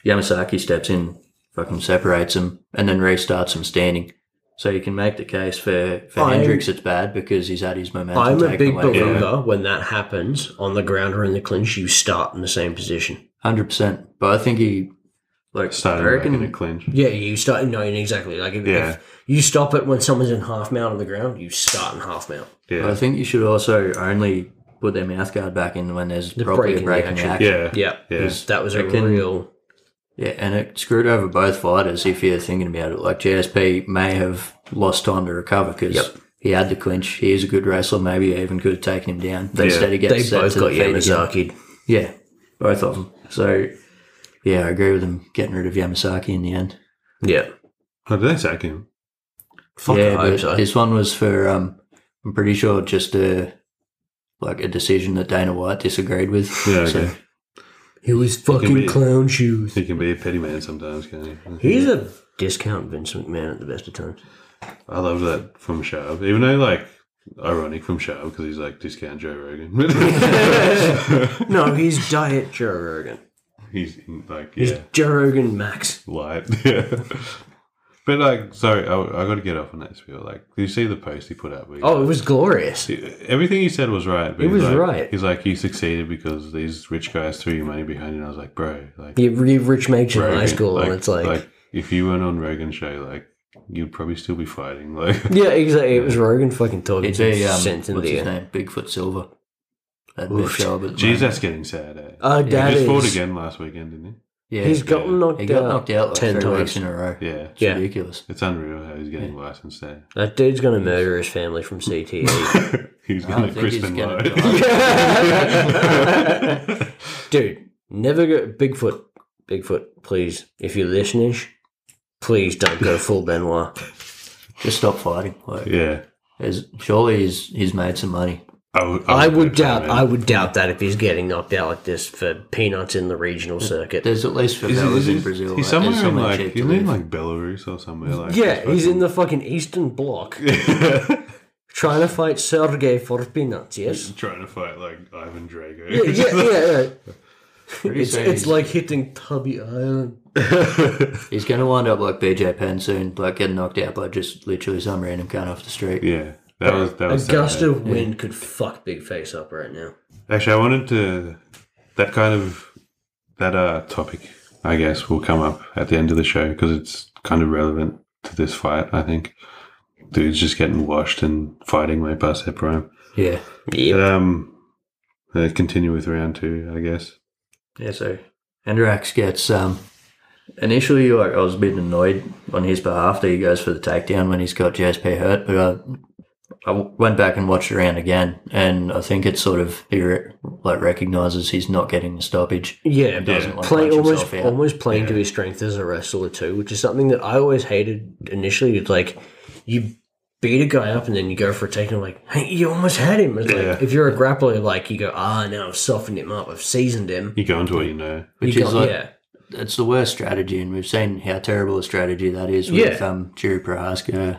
Speaker 3: Yamasaki steps in, fucking separates him, and then restarts him standing. So you can make the case for for
Speaker 2: I'm-
Speaker 3: Hendricks, it's bad because he's had his momentum.
Speaker 2: I'm a
Speaker 3: taken
Speaker 2: big
Speaker 3: away.
Speaker 2: believer when that happens on the ground or in the clinch, you start in the same position.
Speaker 3: hundred percent. But I think he like
Speaker 1: started
Speaker 3: I
Speaker 1: back
Speaker 3: reckon
Speaker 1: in a clinch.
Speaker 2: Yeah, you start. No, exactly. Like if,
Speaker 1: Yeah.
Speaker 2: if you stop it when someone's in half mount on the ground, you start in half mount.
Speaker 3: But I
Speaker 1: Yeah,
Speaker 3: think you should also only put their mouth guard back in when there's probably
Speaker 2: breaking
Speaker 3: a break in the
Speaker 2: action.
Speaker 3: action.
Speaker 1: yeah,
Speaker 2: Yeah,
Speaker 1: yeah.
Speaker 2: that was a
Speaker 3: Again-
Speaker 2: real.
Speaker 3: Yeah, and it screwed over both fighters if you're thinking about it. Like JSP may have lost time to recover because
Speaker 2: Yep.
Speaker 3: he had the clinch. He is a good wrestler. Maybe he even could have taken him down. But Instead, he gets
Speaker 2: They
Speaker 3: set
Speaker 2: both
Speaker 3: to
Speaker 2: got
Speaker 3: the feet again.
Speaker 2: Yamazaki.
Speaker 3: Yeah, both of them. So, yeah, I agree with him getting rid of Yamasaki in the end.
Speaker 2: Yeah.
Speaker 1: Oh, did they sack him?
Speaker 2: Fuck, I
Speaker 3: yeah,
Speaker 2: hope
Speaker 3: but
Speaker 2: so.
Speaker 3: this one was for um, I'm pretty sure just a like a decision that Dana White disagreed with.
Speaker 1: Yeah,
Speaker 3: So,
Speaker 1: okay.
Speaker 2: He was
Speaker 1: be-
Speaker 2: fucking clown shoes.
Speaker 1: He can be a petty man sometimes, can't he?
Speaker 2: He's a discount Vince McMahon at the best of times.
Speaker 1: I love that from Sharp, even though like ironic from Sharp because he's like discount Joe Rogan.
Speaker 2: No, he's Diet Joe Rogan.
Speaker 1: he's like
Speaker 2: He's
Speaker 1: yeah,
Speaker 2: Joe Rogan Max.
Speaker 1: light. Yeah. But like, sorry, I, I got to get off on that spiel. Like, did you see the post he put up? where he-
Speaker 2: Oh, it was glorious.
Speaker 1: everything he said was right. But
Speaker 2: He
Speaker 1: he's
Speaker 2: was
Speaker 1: like-
Speaker 2: right.
Speaker 1: He's like, you succeeded because these rich guys threw your money behind you. And I was like, bro, like
Speaker 2: You read Rich Makes in high
Speaker 1: Rogan,
Speaker 2: school, and it's like,
Speaker 1: if you weren't on Rogan's show, like you'd probably still be fighting. Like,
Speaker 2: yeah, exactly. It was Rogan fucking talking
Speaker 3: It's
Speaker 2: to
Speaker 3: a um,
Speaker 2: sense in
Speaker 3: what's
Speaker 2: the
Speaker 3: his
Speaker 2: air.
Speaker 3: name? Bigfoot Silver. That
Speaker 2: Oof.
Speaker 3: best job at the
Speaker 1: jeez,
Speaker 3: moment.
Speaker 1: that's getting sad. Eh?
Speaker 2: Uh,
Speaker 1: he
Speaker 2: Dad
Speaker 1: just fought
Speaker 2: is.
Speaker 1: again last weekend, didn't
Speaker 3: Yeah,
Speaker 2: He's gotten knocked
Speaker 3: he got
Speaker 2: out.
Speaker 3: knocked out like
Speaker 2: ten
Speaker 3: three
Speaker 2: times.
Speaker 3: weeks in a row.
Speaker 1: he? Yeah,
Speaker 3: It's
Speaker 2: Yeah.
Speaker 3: ridiculous.
Speaker 1: it's unreal how he's getting licensed there.
Speaker 2: That dude's gonna murder his family from E. CTE.
Speaker 1: he's
Speaker 3: I
Speaker 1: going
Speaker 3: think
Speaker 1: to
Speaker 3: he's
Speaker 1: Crispin
Speaker 3: gonna
Speaker 1: Lloyd.
Speaker 2: Dude, never go Bigfoot. Bigfoot, please. If you're listening, please don't go full Benoit.
Speaker 3: Just stop fighting. Like,
Speaker 1: yeah,
Speaker 3: there's- surely he's he's made some money.
Speaker 1: I would.
Speaker 2: I
Speaker 1: vote
Speaker 2: would
Speaker 1: for him,
Speaker 2: doubt.
Speaker 1: man.
Speaker 2: I would doubt that if he's getting knocked out like this for peanuts in the regional circuit.
Speaker 3: There's at least for
Speaker 1: Is he-
Speaker 3: fellas
Speaker 1: is he-
Speaker 3: in Brazil.
Speaker 1: He's
Speaker 3: like,
Speaker 1: somewhere
Speaker 3: there's
Speaker 1: in
Speaker 3: somewhere
Speaker 1: like,
Speaker 3: cheap to
Speaker 1: isn't he in
Speaker 3: live.
Speaker 1: like Belarus or somewhere? Like,
Speaker 2: Yeah, he's in the fucking Eastern Bloc trying to fight Sergei for peanuts. Yes.
Speaker 1: trying to fight like Ivan Drago.
Speaker 2: Yeah, yeah, yeah. yeah.
Speaker 3: Pretty
Speaker 2: It's,
Speaker 3: soon
Speaker 2: it's
Speaker 3: he's-
Speaker 2: like hitting Tubby Island.
Speaker 3: He's going to wind up like BJ Penn soon, like getting knocked out by just literally some random cunt off the street.
Speaker 1: Yeah, that was that
Speaker 2: A
Speaker 1: was. sad,
Speaker 2: gust
Speaker 1: man.
Speaker 2: of wind could fuck Big Face up right now.
Speaker 1: Actually, I wanted to. That kind of that uh topic, I guess, will come up at the end of the show because it's kind of relevant to this fight. I think dude's just getting washed and fighting way past their prime.
Speaker 3: Yeah.
Speaker 2: Yeah.
Speaker 1: Um, uh, continue with round two, I guess.
Speaker 3: Yeah, so Andrex gets um initially like I was a bit annoyed on his behalf that he goes for the takedown when he's got JSP hurt, but I I w- went back and watched around again, and I think it's sort of he re- like recognizes he's not getting the stoppage.
Speaker 2: Yeah,
Speaker 3: doesn't want to
Speaker 2: play,
Speaker 3: punch
Speaker 2: almost
Speaker 3: himself out.
Speaker 2: almost playing to his strength as a wrestler too, which is something that I always hated initially. It's like you beat a guy up and then you go for a takedown, like hey, you almost had him. It's
Speaker 1: Yeah.
Speaker 2: like if you're a grappler, like you go, ah, now I've softened him up, I've seasoned him.
Speaker 1: You go into what you know.
Speaker 3: Which
Speaker 2: You
Speaker 3: is
Speaker 2: go-
Speaker 3: like
Speaker 2: yeah,
Speaker 3: it's the worst strategy, and we've seen how terrible a strategy that is with
Speaker 2: Yeah.
Speaker 3: um Jiri Prohaska,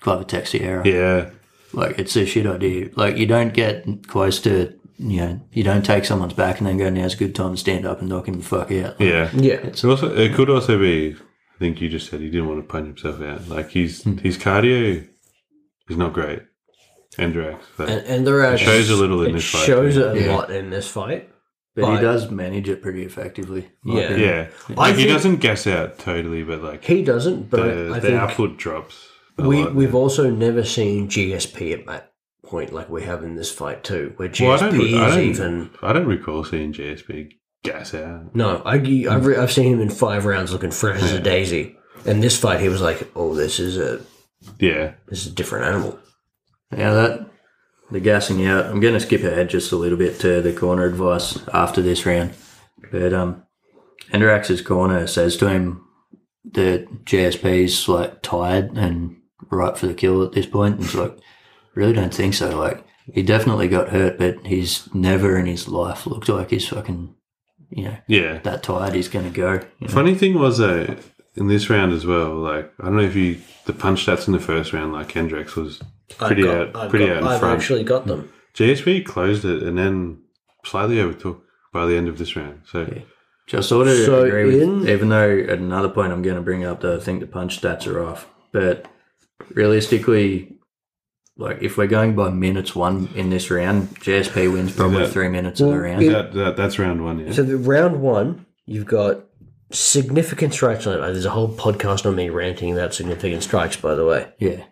Speaker 3: Glover Teixeira.
Speaker 1: Yeah,
Speaker 3: Like it's a shit idea. Like you don't get close to you know you don't take someone's back and then go now's a good time to stand up and knock him the fuck out.
Speaker 1: yeah.
Speaker 2: yeah,
Speaker 1: So also, it could also be. I think you just said he didn't want to punch himself out. Like he's his cardio is not great. Andrex, so-
Speaker 2: and, and there are
Speaker 1: It shows a little in
Speaker 2: it
Speaker 1: this fight,
Speaker 2: shows a
Speaker 3: Yeah.
Speaker 2: lot in this fight.
Speaker 3: But,
Speaker 2: But-
Speaker 3: he does manage it pretty effectively.
Speaker 2: Yeah.
Speaker 3: in-
Speaker 1: yeah,
Speaker 2: I
Speaker 1: like he
Speaker 2: think-
Speaker 1: doesn't gas out totally, but like
Speaker 2: He doesn't, but
Speaker 1: the,
Speaker 2: I
Speaker 1: the
Speaker 2: think
Speaker 1: output drops. a
Speaker 2: we
Speaker 1: lot.
Speaker 2: we've also never seen GSP at that point like we have in this fight too, where GSP
Speaker 1: Well, I don't, I
Speaker 2: is
Speaker 1: don't,
Speaker 2: even.
Speaker 1: I don't recall seeing JSP gas out.
Speaker 2: No, I, I've, re- I've seen him in five rounds looking fresh as a daisy. And this fight, he was like, "Oh, this is a
Speaker 1: Yeah,
Speaker 2: this is a different animal."
Speaker 3: Yeah, that the gassing out. I'm going to skip ahead just a little bit to the corner advice after this round. But um, Andarax's corner says to him that JSP's like tired and right for the kill at this point. And he's like, really don't think so. Like he definitely got hurt, but he's never in his life looked like he's fucking you know
Speaker 1: yeah.
Speaker 3: that tired. He's going to go. you know?
Speaker 1: Funny thing was though, in this round as well, like I don't know if you the punch stats in the first round, like Andrex was pretty out, pretty out in
Speaker 2: I've
Speaker 1: front.
Speaker 2: actually got them.
Speaker 1: JSP closed it and then slightly overtook by the end of this round. So
Speaker 3: Which I sort of
Speaker 2: So
Speaker 3: agree
Speaker 2: in-
Speaker 3: with, even though at another point I'm going to bring up that I think the punch stats are off. But realistically, like if we're going by minutes one in this round, JSP wins probably
Speaker 1: Yeah.
Speaker 3: three minutes of the
Speaker 2: Well,
Speaker 3: round.
Speaker 2: it-
Speaker 1: that, that that's round one. Yeah,
Speaker 2: So the round one, you've got significant strikes on it. There's a whole podcast on me ranting about significant strikes. By the way,
Speaker 3: yeah.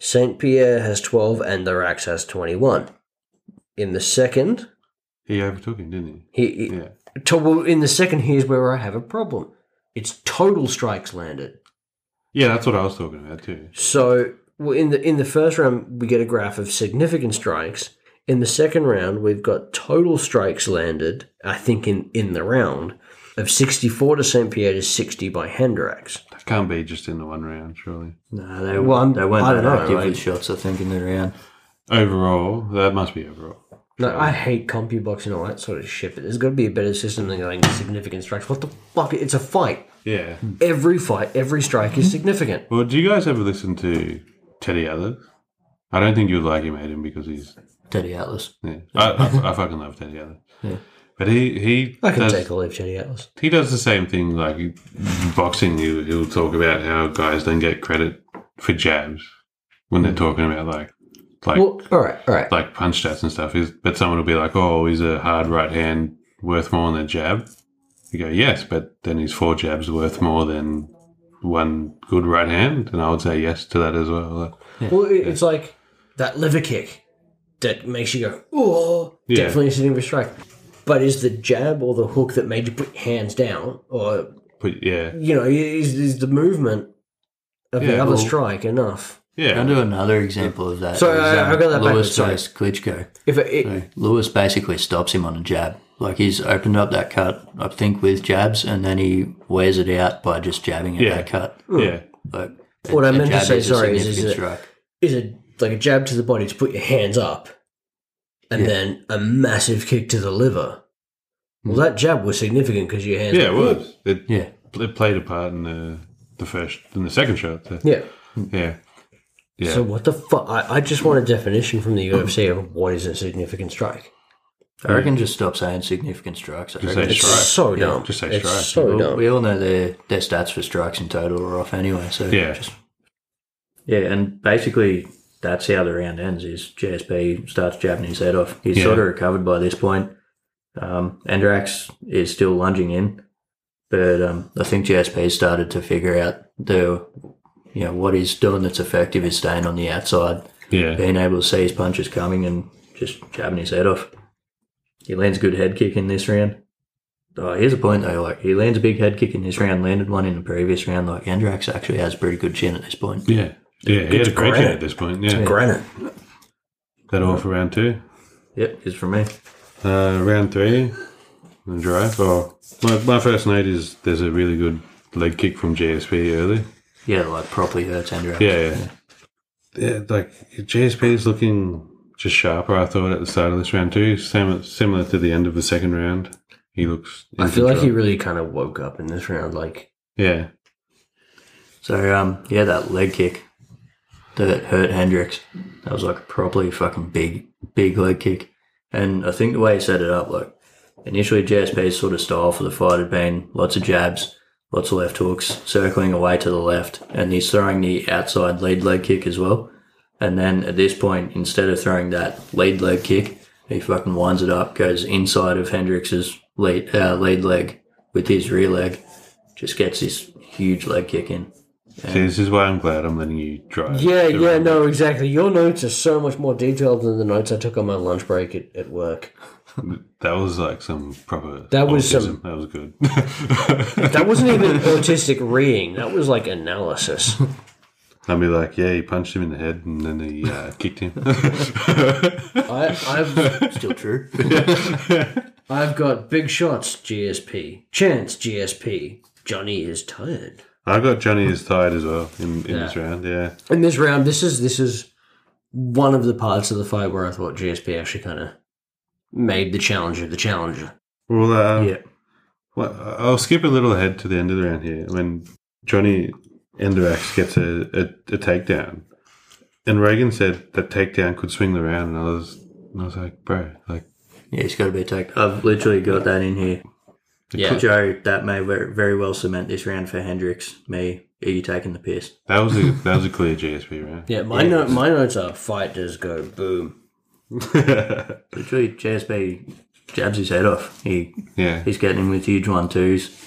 Speaker 2: Saint Pierre has twelve, and the Rax has twenty-one. In the second,
Speaker 1: he overtook him, didn't
Speaker 2: he, he-
Speaker 1: he? Yeah,
Speaker 2: to- well, in the second here's where I have a problem. It's total strikes landed.
Speaker 1: yeah. That's what I was talking about too.
Speaker 2: So well, in the in the first round, we get a graph of significant strikes. In the second round, we've got total strikes landed. I think in in the round, of 64 to St. Pierre to 60 by Hendricks.
Speaker 1: That can't be just in the one round, surely.
Speaker 3: No, they,
Speaker 2: Well, I'm-
Speaker 3: they weren't
Speaker 2: I
Speaker 3: that
Speaker 2: don't know,
Speaker 3: active
Speaker 2: like-
Speaker 3: with shots, I think, in the round.
Speaker 1: Overall, that must be overall.
Speaker 2: No, I hate CompuBox and all that sort of shit, but there's got to be a better system than going significant strikes. What the fuck? It's a fight.
Speaker 1: Yeah.
Speaker 2: Every fight, every strike is significant.
Speaker 1: Well, do you guys ever listen to Teddy Atlas? I don't think you'd like him, Aiden, because he's.
Speaker 3: Teddy Atlas.
Speaker 1: Yeah. I, I, I fucking love Teddy Atlas.
Speaker 3: Yeah.
Speaker 1: But he he
Speaker 2: I can
Speaker 1: does,
Speaker 2: take a leave, Jenny Atlas.
Speaker 1: he does the same thing. Like he- boxing, he, he'll talk about how guys don't get credit for jabs when they're talking about like like
Speaker 2: Hmm. Well, all right, all right.
Speaker 1: like punch stats and stuff. Is but someone will be like, "Oh, he's a hard right hand worth more than a jab." You go, "Yes," but then his four jabs worth more than one good right hand, and I would say yes to that as well.
Speaker 2: Well, it- it's like that liver kick that makes you go, oh,
Speaker 1: Yeah.
Speaker 2: definitely a significant strike. But is the jab or the hook that made you put your hands down, or
Speaker 1: But yeah,
Speaker 2: you know, is, is the movement of the
Speaker 1: Yeah,
Speaker 2: other
Speaker 1: well-
Speaker 2: strike enough?
Speaker 1: yeah,
Speaker 3: I'll do another example of that.
Speaker 2: Sorry,
Speaker 3: It was,
Speaker 2: I- I
Speaker 3: um,
Speaker 2: got that backwards,
Speaker 3: Lewis
Speaker 2: sorry.
Speaker 3: versus Klitschko.
Speaker 2: If it, it-
Speaker 3: Lewis basically stops him on a jab. Like he's opened up that cut, I think, with jabs, and then he wears it out by just jabbing at
Speaker 1: Yeah.
Speaker 3: that cut.
Speaker 1: yeah,
Speaker 3: Like
Speaker 2: What
Speaker 3: a-
Speaker 2: I
Speaker 3: a
Speaker 2: meant to
Speaker 3: jab
Speaker 2: say,
Speaker 3: a
Speaker 2: sorry, is- is
Speaker 3: significant strike.
Speaker 2: is a like a jab to the body to put your hands up, and
Speaker 3: Yeah.
Speaker 2: then a massive kick to the liver. Well, that jab was significant because your hands.
Speaker 1: Hmm. yeah. It was. It,
Speaker 3: Yeah.
Speaker 1: it played a part in the the first in the second shot. so-
Speaker 2: Yeah.
Speaker 1: yeah, yeah.
Speaker 2: So what the fuck? I, I just want a definition from the UFC of what is a significant strike.
Speaker 3: I reckon just stop saying significant strikes. I
Speaker 1: Just say
Speaker 3: reckon
Speaker 2: It's
Speaker 1: Strike.
Speaker 2: so dumb.
Speaker 1: just say
Speaker 2: it's
Speaker 1: strike.
Speaker 2: so
Speaker 3: we, all,
Speaker 2: dumb.
Speaker 3: we all know their their stats for strikes in total are off anyway. So
Speaker 1: Yeah.
Speaker 3: just- yeah, and basically that's how the round ends. Is JSP starts jabbing his head off. He's
Speaker 1: Yeah.
Speaker 3: sort of recovered by this point. Um, Andrax is still lunging in, but um, I think JSP started to figure out the you know what he's doing that's effective is staying on the outside,
Speaker 1: yeah.
Speaker 3: being able to see his punches coming and just jabbing his head off. He lands a good head kick in this round. Oh, here's a point though. Like he lands a big head kick in this round, landed one in the previous round. Like Andrax actually has pretty good chin at this point.
Speaker 1: Yeah. Yeah, he had a great
Speaker 2: granite.
Speaker 1: chin at this point. Yeah.
Speaker 2: Granite.
Speaker 1: That all for round two.
Speaker 3: Yep, here's from me.
Speaker 1: Uh, round three, the drive. Oh, my, my first note is there's a really good leg kick from GSP early.
Speaker 3: Yeah, like properly hurts Andrax.
Speaker 1: Yeah, yeah. yeah like GSP is looking just sharper. I thought at the start of this round too. Same, similar to the end of the second round. He looks. in
Speaker 2: I feel like he
Speaker 1: control.
Speaker 2: really kind of woke up in this round. Like,
Speaker 1: Yeah,
Speaker 3: So um, yeah, that leg kick that hurt Hendricks. That was like a properly fucking big, big leg kick. And I think the way he set it up, like initially JSP's sort of style for the fight had been lots of jabs, lots of left hooks, circling away to the left, and he's throwing the outside lead leg kick as well. And then at this point, instead of throwing that lead leg kick, he fucking winds it up, goes inside of Hendricks's lead, uh, lead leg with his rear leg, just gets this huge leg kick in.
Speaker 1: See, this is why I'm glad I'm letting you drive.
Speaker 2: yeah,
Speaker 1: the
Speaker 2: yeah,
Speaker 1: round.
Speaker 2: no, exactly. Your notes are so much more detailed than the notes I took on my lunch break at, at work.
Speaker 1: That was like some proper.
Speaker 2: That was some-
Speaker 1: autism. That was good.
Speaker 2: That wasn't even autistic reading. That was like analysis.
Speaker 1: I'd be like, yeah, he punched him in the head and then he uh, kicked him.
Speaker 2: I, I've
Speaker 3: Still true.
Speaker 2: I've got big shots. GSP chance. GSP. Johnny is tired.
Speaker 1: I got Johnny is tired as well in, in
Speaker 2: Yeah.
Speaker 1: this round. Yeah,
Speaker 2: In this round, this is this is one of the parts of the fight where I thought GSP actually kind of made the challenger the challenger.
Speaker 1: Well, uh,
Speaker 3: yeah.
Speaker 1: well, I'll skip a little ahead to the end of the round here when Johnny Enderax gets a, a, a takedown. And Reagan said that takedown could swing the round, and I was, and I was like, bro, like,
Speaker 3: Yeah, he's got to be attacked. I've literally got that in here.
Speaker 2: Yeah.
Speaker 3: Joe, that may ver- very well cement this round for Hendricks. Me, are you taking the piss?
Speaker 1: that was a that was a clear GSP round.
Speaker 2: Yeah, my note, my notes are fighters go boom.
Speaker 3: Literally, JSB jabs his head off. He
Speaker 1: yeah,
Speaker 3: he's getting him with huge one twos.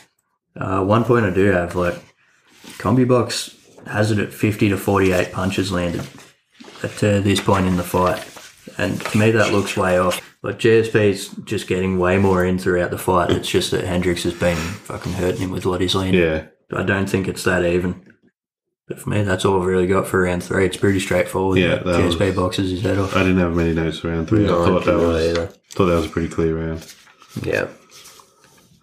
Speaker 3: Uh, one point I do have like CombiBox has it at fifty to forty eight punches landed at uh, this point in the fight, and to me that looks way off. But JSB's just getting way more in throughout the fight. It's just that Hendricks has been fucking hurting him with what he's landed.
Speaker 1: yeah,
Speaker 3: I don't think it's that even. But for me, that's all I've really got for round three. It's pretty straightforward.
Speaker 1: Yeah, that
Speaker 3: GSP
Speaker 1: was-
Speaker 3: boxes his head off.
Speaker 1: I didn't have many notes for round three. I
Speaker 2: No, I
Speaker 1: thought that
Speaker 2: didn't
Speaker 1: was
Speaker 2: either.
Speaker 1: thought that was a pretty clear round.
Speaker 2: Yeah.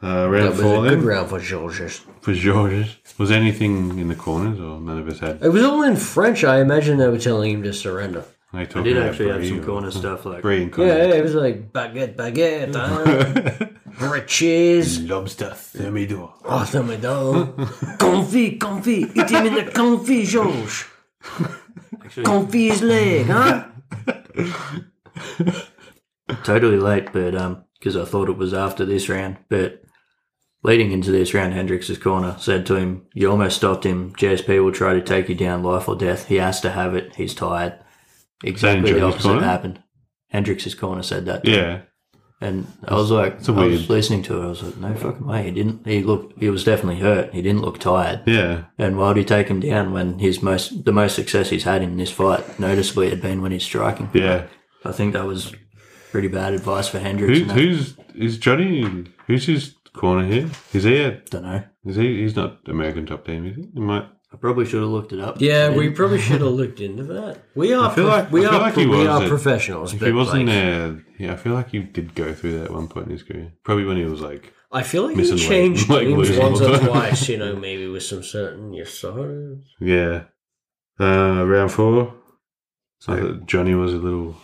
Speaker 1: Uh,
Speaker 2: That
Speaker 1: round
Speaker 2: was a
Speaker 1: four
Speaker 2: good
Speaker 1: then
Speaker 2: round for Georges.
Speaker 1: for Georges. Was anything in the corners or none of us had?
Speaker 2: It was all in French. I imagine they were telling him to surrender.
Speaker 1: They
Speaker 3: I
Speaker 1: talking
Speaker 3: did
Speaker 1: about
Speaker 3: actually have
Speaker 1: Brie
Speaker 3: some
Speaker 1: or-
Speaker 3: corner stuff like
Speaker 1: Brie and
Speaker 2: Yeah,
Speaker 1: corners.
Speaker 2: yeah, it was like baguette, baguette, hein? riches.
Speaker 1: Lobster thermidor.
Speaker 2: Oh, tell me down. confit, confit. Eat him in the confit, Georges.
Speaker 3: actually
Speaker 2: Confit his leg, huh?
Speaker 3: totally late, but um, because I thought it was after this round, but. Leading into this round, Hendricks' corner said to him, You almost stopped him. JSP will try to take you down, life or death. He has to have it. He's tired. Exactly the
Speaker 1: Hendricks'
Speaker 3: opposite
Speaker 1: corner?
Speaker 3: happened. Hendricks' corner said that.
Speaker 1: Yeah.
Speaker 3: And I was like,
Speaker 1: a
Speaker 3: I
Speaker 1: weird-
Speaker 3: was listening to it. I was like, no fucking way. He didn't. He looked. He was definitely hurt. He didn't look tired.
Speaker 1: Yeah.
Speaker 3: And why would he take him down when his most the most success he's had in this fight noticeably had been when he's striking?
Speaker 1: Yeah.
Speaker 3: I think that was pretty bad advice for
Speaker 1: Who's,
Speaker 3: Hendricks. and that-
Speaker 1: who's is Johnny? Who's his corner here? Is he? A,
Speaker 3: don't know.
Speaker 1: is he? He's not American top team, is he? he might,
Speaker 3: I probably should have looked it up.
Speaker 2: Yeah,
Speaker 3: I
Speaker 2: we
Speaker 3: didn't.
Speaker 2: probably should have looked into that. We are,
Speaker 1: feel
Speaker 2: prof-
Speaker 1: like-
Speaker 2: we
Speaker 1: I
Speaker 2: are,
Speaker 1: feel like he
Speaker 2: we
Speaker 1: was
Speaker 2: are
Speaker 1: a-
Speaker 2: professionals.
Speaker 1: if
Speaker 2: but
Speaker 1: he wasn't
Speaker 2: like,
Speaker 1: there, yeah, I feel like he did go through that at one point in his career. Probably when he was like,
Speaker 2: I feel like he
Speaker 1: missing weight,
Speaker 2: changed
Speaker 1: like
Speaker 2: teams
Speaker 1: losing
Speaker 2: once
Speaker 1: all
Speaker 2: or
Speaker 1: the time.
Speaker 2: twice. You know, maybe with some certain yourself.
Speaker 1: yeah, uh, round four. I
Speaker 3: So-
Speaker 1: thought Johnny was a little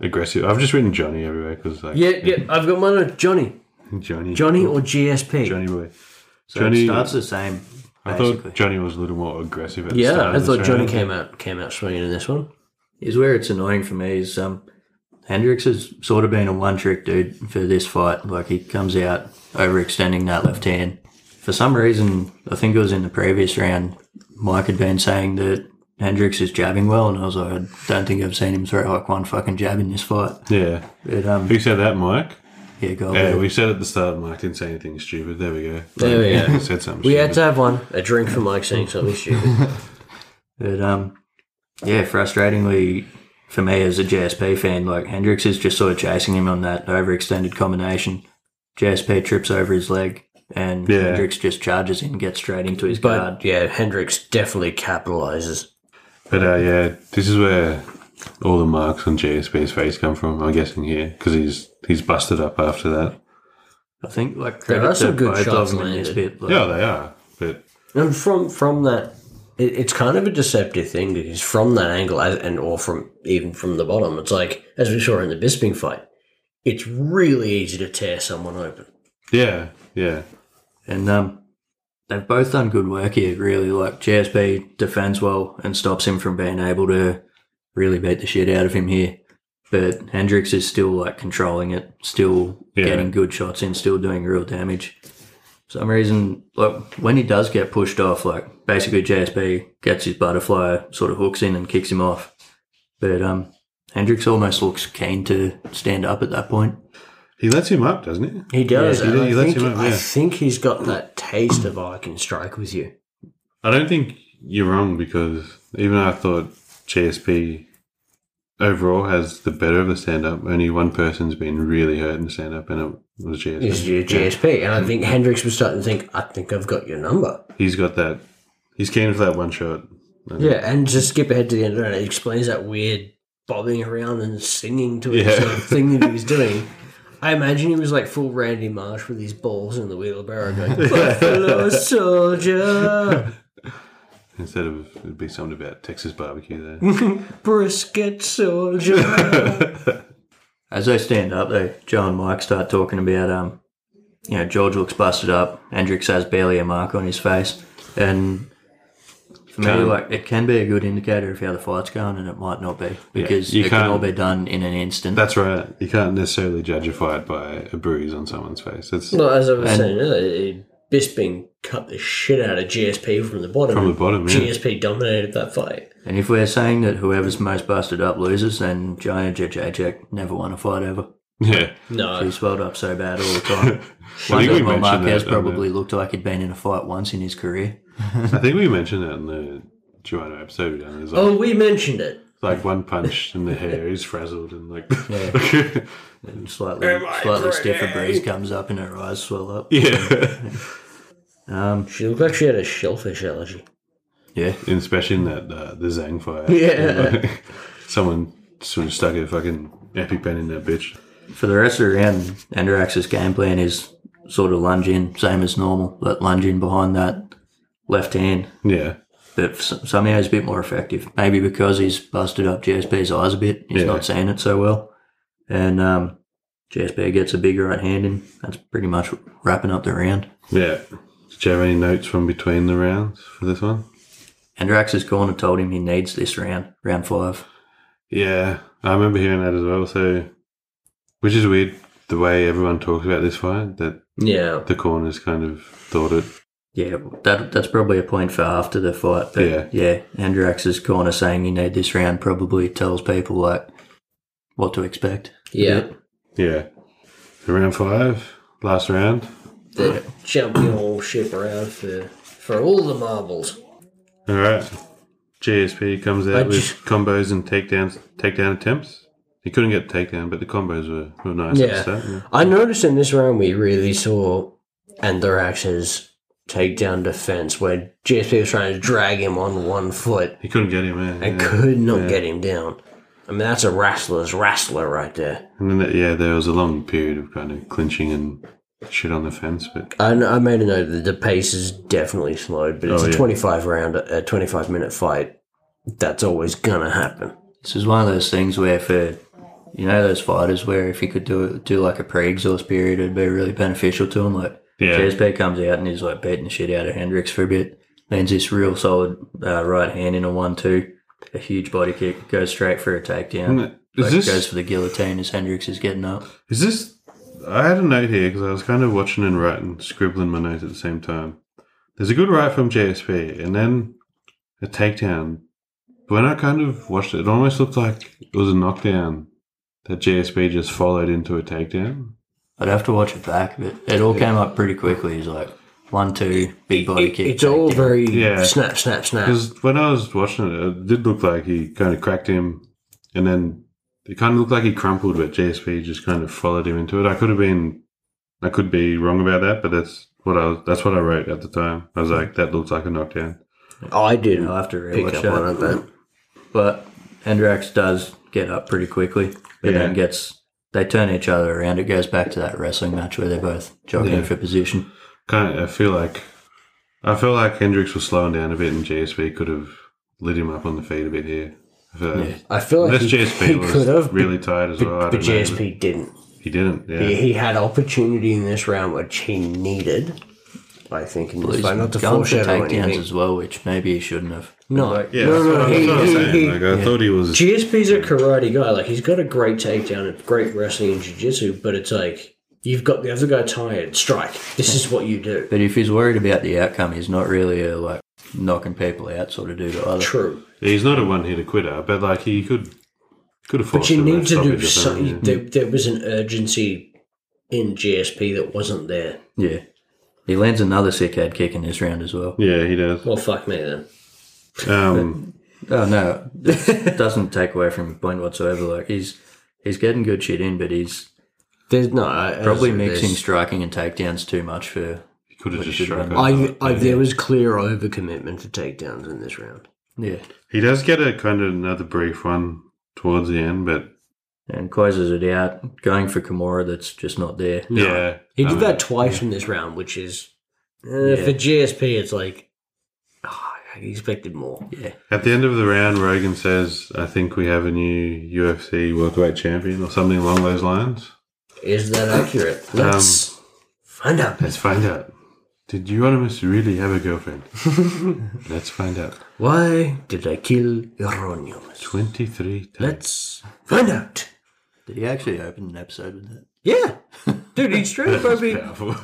Speaker 1: aggressive. I've just written Johnny everywhere because like
Speaker 2: Yeah, yeah. I've got mine on Johnny,
Speaker 1: Johnny,
Speaker 2: Johnny or GSP.
Speaker 1: Johnny boy.
Speaker 3: So
Speaker 1: Johnny-
Speaker 3: it starts the same.
Speaker 1: I
Speaker 3: Basically,
Speaker 1: thought Johnny was a little more aggressive. At the
Speaker 2: Yeah,
Speaker 1: start
Speaker 2: I
Speaker 1: of
Speaker 2: thought
Speaker 1: this
Speaker 2: Johnny
Speaker 1: round.
Speaker 2: came out came out swinging in this one.
Speaker 3: is where it's annoying for me is um, Hendricks has sort of been a one trick dude for this fight. Like he comes out overextending that left hand. For some reason, I think it was in the previous round, Mike had been saying that Hendricks is jabbing well, and I was like, I don't think I've seen him throw like one fucking jab in this fight.
Speaker 1: Yeah,
Speaker 3: But um,
Speaker 1: who said that, Mike?
Speaker 3: yeah, go
Speaker 1: Yeah,
Speaker 3: on.
Speaker 1: we said at the start, Mike didn't say anything stupid. There we go.
Speaker 2: There we go.
Speaker 1: said something.
Speaker 2: We
Speaker 1: stupid.
Speaker 2: had to have one a drink for Mike saying something stupid.
Speaker 3: But um, yeah, frustratingly for me as a JSP fan, like Hendricks is just sort of chasing him on that overextended combination. JSP trips over his leg, and
Speaker 1: Yeah.
Speaker 3: Hendricks just charges in, gets straight into his guard.
Speaker 2: But Uh, yeah, Hendricks definitely capitalizes.
Speaker 1: But uh, yeah, this is where all the marks on JSP's face come from. I'm guessing here because he's he's busted up after that.
Speaker 3: I think like
Speaker 2: There are
Speaker 3: credit
Speaker 2: some
Speaker 3: to
Speaker 2: good
Speaker 3: both
Speaker 2: shots
Speaker 3: of them in this
Speaker 2: landed.
Speaker 3: bit. Like,
Speaker 1: Yeah, they are. But
Speaker 2: And from from that, it, it's kind of a deceptive thing because from that angle, as, and or from even from the bottom, it's like as we saw in the Bisping fight, it's really easy to tear someone open.
Speaker 1: yeah, yeah,
Speaker 3: And um, they've both done good work here. Really, like JSP defends well and stops him from being able to really beat the shit out of him here. But Hendricks is still like controlling it, still
Speaker 1: Yeah.
Speaker 3: getting good shots in, still doing real damage. For some reason, like when he does get pushed off, like basically JSP gets his butterfly, sort of hooks in and kicks him off. But um, Hendricks almost looks keen to stand up at that point.
Speaker 1: he lets him up, doesn't he?
Speaker 2: He does.
Speaker 1: Yeah, he-
Speaker 2: and I,
Speaker 1: he lets
Speaker 2: think,
Speaker 1: him up,
Speaker 2: I
Speaker 1: yeah.
Speaker 2: think he's got that taste of I can strike with you.
Speaker 1: I don't think you're wrong because even I thought JSP overall has the better of the stand up. Only one person's been really hurt in the stand up, and it was JSP.
Speaker 2: Is your GSP, and I think Hendricks was starting to think, I think I've got your number.
Speaker 1: He's got that. He's keen for that one shot.
Speaker 2: Yeah, and just skip ahead to the end of it. It explains that weird bobbing around and singing to it
Speaker 1: Yeah.
Speaker 2: sort of thing that he was doing. I imagine he was like full Randy Marsh with his balls in the wheelbarrow going, Buffalo Soldier,
Speaker 1: Instead of it'd be something about Texas barbecue there.
Speaker 2: Brisket Soldier.
Speaker 3: As they stand up, though, Joe and Mike start talking about, um, you know, George looks busted up. Hendricks has barely a mark on his face, and for me,
Speaker 1: Can't-
Speaker 3: like, it can be a good indicator of how the fight's going, and it might not be because
Speaker 1: you
Speaker 3: it can
Speaker 1: can't-
Speaker 3: all be done in an instant.
Speaker 1: That's right. You can't necessarily judge a fight by a bruise on someone's face. It's
Speaker 2: well, as I was
Speaker 3: And-
Speaker 2: saying earlier, Bisping cut the shit out of GSP from the bottom.
Speaker 1: from the bottom, yeah.
Speaker 2: GSP dominated that fight.
Speaker 3: and if we're saying that whoever's most busted up loses, then Johnny Jacek never won a fight ever.
Speaker 1: Yeah.
Speaker 2: No.
Speaker 3: He's swelled up so bad all the time.
Speaker 1: I
Speaker 3: One
Speaker 1: think we
Speaker 3: time,
Speaker 1: mentioned
Speaker 3: Marquez
Speaker 1: that. on
Speaker 3: probably looked like he'd been in a fight once in his career.
Speaker 1: the- I think we mentioned that in the Joanna episode. we done. There's like,
Speaker 2: Oh, we mentioned it.
Speaker 1: like one punch and the hair is frazzled and like
Speaker 3: And slightly, sligly stiffer breeze comes up, and her eyes swell up.
Speaker 1: yeah.
Speaker 3: Um,
Speaker 2: She looked like she had a shellfish allergy.
Speaker 3: yeah.
Speaker 1: And especially in that uh, the Zang fire.
Speaker 2: Yeah.
Speaker 1: Someone sort of stuck a fucking epipen in that bitch.
Speaker 3: for the rest of the round, Andarax's game plan is sort of lunge in, same as normal, but lunge in behind that left hand.
Speaker 1: Yeah.
Speaker 3: But s- somehow he's a bit more effective. Maybe because he's busted up JSP's eyes a bit, he's
Speaker 1: Yeah.
Speaker 3: not seeing it so well. And um, JSP gets a big right hand in. That's pretty much wrapping up the round.
Speaker 1: Yeah. Did you have any notes from between the rounds for this one?
Speaker 3: Andrax's corner told him he needs this round, round five.
Speaker 1: Yeah, I remember hearing that as well. So, which is weird the way everyone talks about this fight that
Speaker 2: Yeah.
Speaker 1: the corners kind of thought it.
Speaker 3: Yeah, that that's probably a point for after the fight. But
Speaker 1: Yeah.
Speaker 3: yeah, yeah, Andrax's corner saying you need this round probably tells people like what to expect.
Speaker 2: Yeah.
Speaker 1: Yeah. So round five, last round.
Speaker 2: The championship round for for all the marbles.
Speaker 1: All right. GSP comes out
Speaker 2: I
Speaker 1: with
Speaker 2: ju-
Speaker 1: combos and takedowns, takedown attempts. He couldn't get takedown, but the combos were, were nice. at the
Speaker 2: Yeah.
Speaker 1: start, yeah.
Speaker 2: I noticed in this round we really saw Anthrax's takedown defense where JSP was trying to drag him on one foot
Speaker 1: He couldn't get him in.
Speaker 2: and
Speaker 1: yeah.
Speaker 2: could not get him down. I mean, that's a wrestler's wrestler right there.
Speaker 1: And then, that- yeah, there was a long period of kind of clinching and shit on the fence, but
Speaker 2: I, kn- I made a note that the pace is definitely slowed, but it's
Speaker 1: Oh,
Speaker 2: a
Speaker 1: yeah.
Speaker 2: 25 round, a 25 minute fight. That's always gonna happen.
Speaker 3: This is one of those things where for you know those fighters where if you could do it, do like a pre-exhaust period, it'd be really beneficial to them. Like
Speaker 1: Yeah.
Speaker 3: JSP comes out and he's like beating the shit out of Hendricks for a bit. Lands this real solid uh, right hand in a one-two, a huge body kick, goes straight for a takedown.
Speaker 1: Isn't it- is
Speaker 3: Like,
Speaker 1: this-
Speaker 3: goes for the guillotine as Hendricks is getting up.
Speaker 1: Is this? I had a note here because I was kind of watching and writing, scribbling my notes at the same time. There's a good right from JSP, and then a takedown. But when I kind of watched it, it almost looked like it was a knockdown that JSP just followed into a takedown.
Speaker 3: I'd have to watch it back, but it all came up pretty quickly. He's like one, two, big body
Speaker 2: It-
Speaker 3: kick.
Speaker 2: it's all
Speaker 3: takedown.
Speaker 2: very
Speaker 1: Yeah.
Speaker 2: snap, snap, snap.
Speaker 1: Because when I was watching it, it did look like he kind of cracked him, and then it kind of looked like he crumpled, but JSP just kind of followed him into it. I could have been, I could be wrong about that, but that's what I was, that's what I wrote at the time. I was like, that looks like a knockdown.
Speaker 2: I didn't
Speaker 3: I'll have to
Speaker 2: pick up
Speaker 3: rewatch
Speaker 2: on it,
Speaker 3: that.
Speaker 2: but
Speaker 3: But Andrax does get up pretty quickly, but
Speaker 1: Yeah.
Speaker 3: then gets they turn each other around. It goes back to that wrestling match where they're both jockeying
Speaker 1: Yeah.
Speaker 3: for position.
Speaker 1: Kind of, I feel like I feel like Hendricks was slowing down a bit, and JSP could have lit him up on the feet a bit here. I feel like-
Speaker 2: I feel like
Speaker 1: Unless
Speaker 2: he,
Speaker 1: JSP
Speaker 2: he
Speaker 1: was
Speaker 2: could have,
Speaker 1: really tired as well. I
Speaker 2: but, but
Speaker 1: don't know.
Speaker 2: JSP didn't.
Speaker 1: he didn't. Yeah,
Speaker 2: He, he had opportunity in this round, which he needed. I think in this
Speaker 3: He's
Speaker 2: fight,
Speaker 3: going
Speaker 2: not
Speaker 3: for
Speaker 2: to foreshadow
Speaker 3: takedowns
Speaker 2: anything.
Speaker 3: as well, which maybe he shouldn't have.
Speaker 2: No,
Speaker 1: yeah.
Speaker 2: no,
Speaker 1: that's what
Speaker 2: no,
Speaker 1: I-
Speaker 2: he-
Speaker 1: that's what I was
Speaker 2: he-
Speaker 1: saying.
Speaker 2: he-
Speaker 1: Like, I thought he was.
Speaker 2: GSP's a karate guy. Like he's got a great takedown and great wrestling and jiu-jitsu, but it's like you've got the other guy tired. Strike. This is what you do.
Speaker 3: But if he's worried about the outcome, he's not really a like knocking people out sort of dude either.
Speaker 2: True.
Speaker 1: He's not a one hitter quitter, but like he could could have
Speaker 2: But
Speaker 1: forced
Speaker 2: you
Speaker 1: him
Speaker 2: need to do
Speaker 1: stoppage or
Speaker 2: something.
Speaker 1: something.
Speaker 2: There, there was an urgency in GSP that wasn't there.
Speaker 3: Yeah, he lands another sick head kick in this round as well.
Speaker 1: Yeah, he does.
Speaker 2: Well, fuck me then.
Speaker 1: Um,
Speaker 3: Oh no, it doesn't take away from your point whatsoever. Like he's he's getting good shit in, but he's
Speaker 2: There's no I,
Speaker 3: probably mixing striking and takedowns too much for.
Speaker 1: he could have just struck.
Speaker 3: done.
Speaker 1: out.
Speaker 2: I, I there was clear overcommitment to takedowns in this round.
Speaker 3: Yeah,
Speaker 1: He does get a kind of another brief one towards the end, but
Speaker 3: and closes it out, going for Kimura. That's just not there.
Speaker 1: yeah,
Speaker 2: He
Speaker 1: I
Speaker 2: did
Speaker 1: mean,
Speaker 2: that twice in this round, which is uh,
Speaker 3: Yeah.
Speaker 2: for GSP. It's like ah, I expected more.
Speaker 3: Yeah,
Speaker 1: At the end of the round, Rogan says, "I think we have a new UFC welterweight champion or something along those lines."
Speaker 2: Is that accurate? Let's find out.
Speaker 1: Let's find out. Did Euronymous really have a girlfriend? Let's find out.
Speaker 2: Why did I kill Euronymous?
Speaker 1: Twenty-three. times.
Speaker 2: Let's find out.
Speaker 3: did he actually open an episode with that?
Speaker 2: Yeah, dude, he's straight up. I mean,
Speaker 1: Powerful. we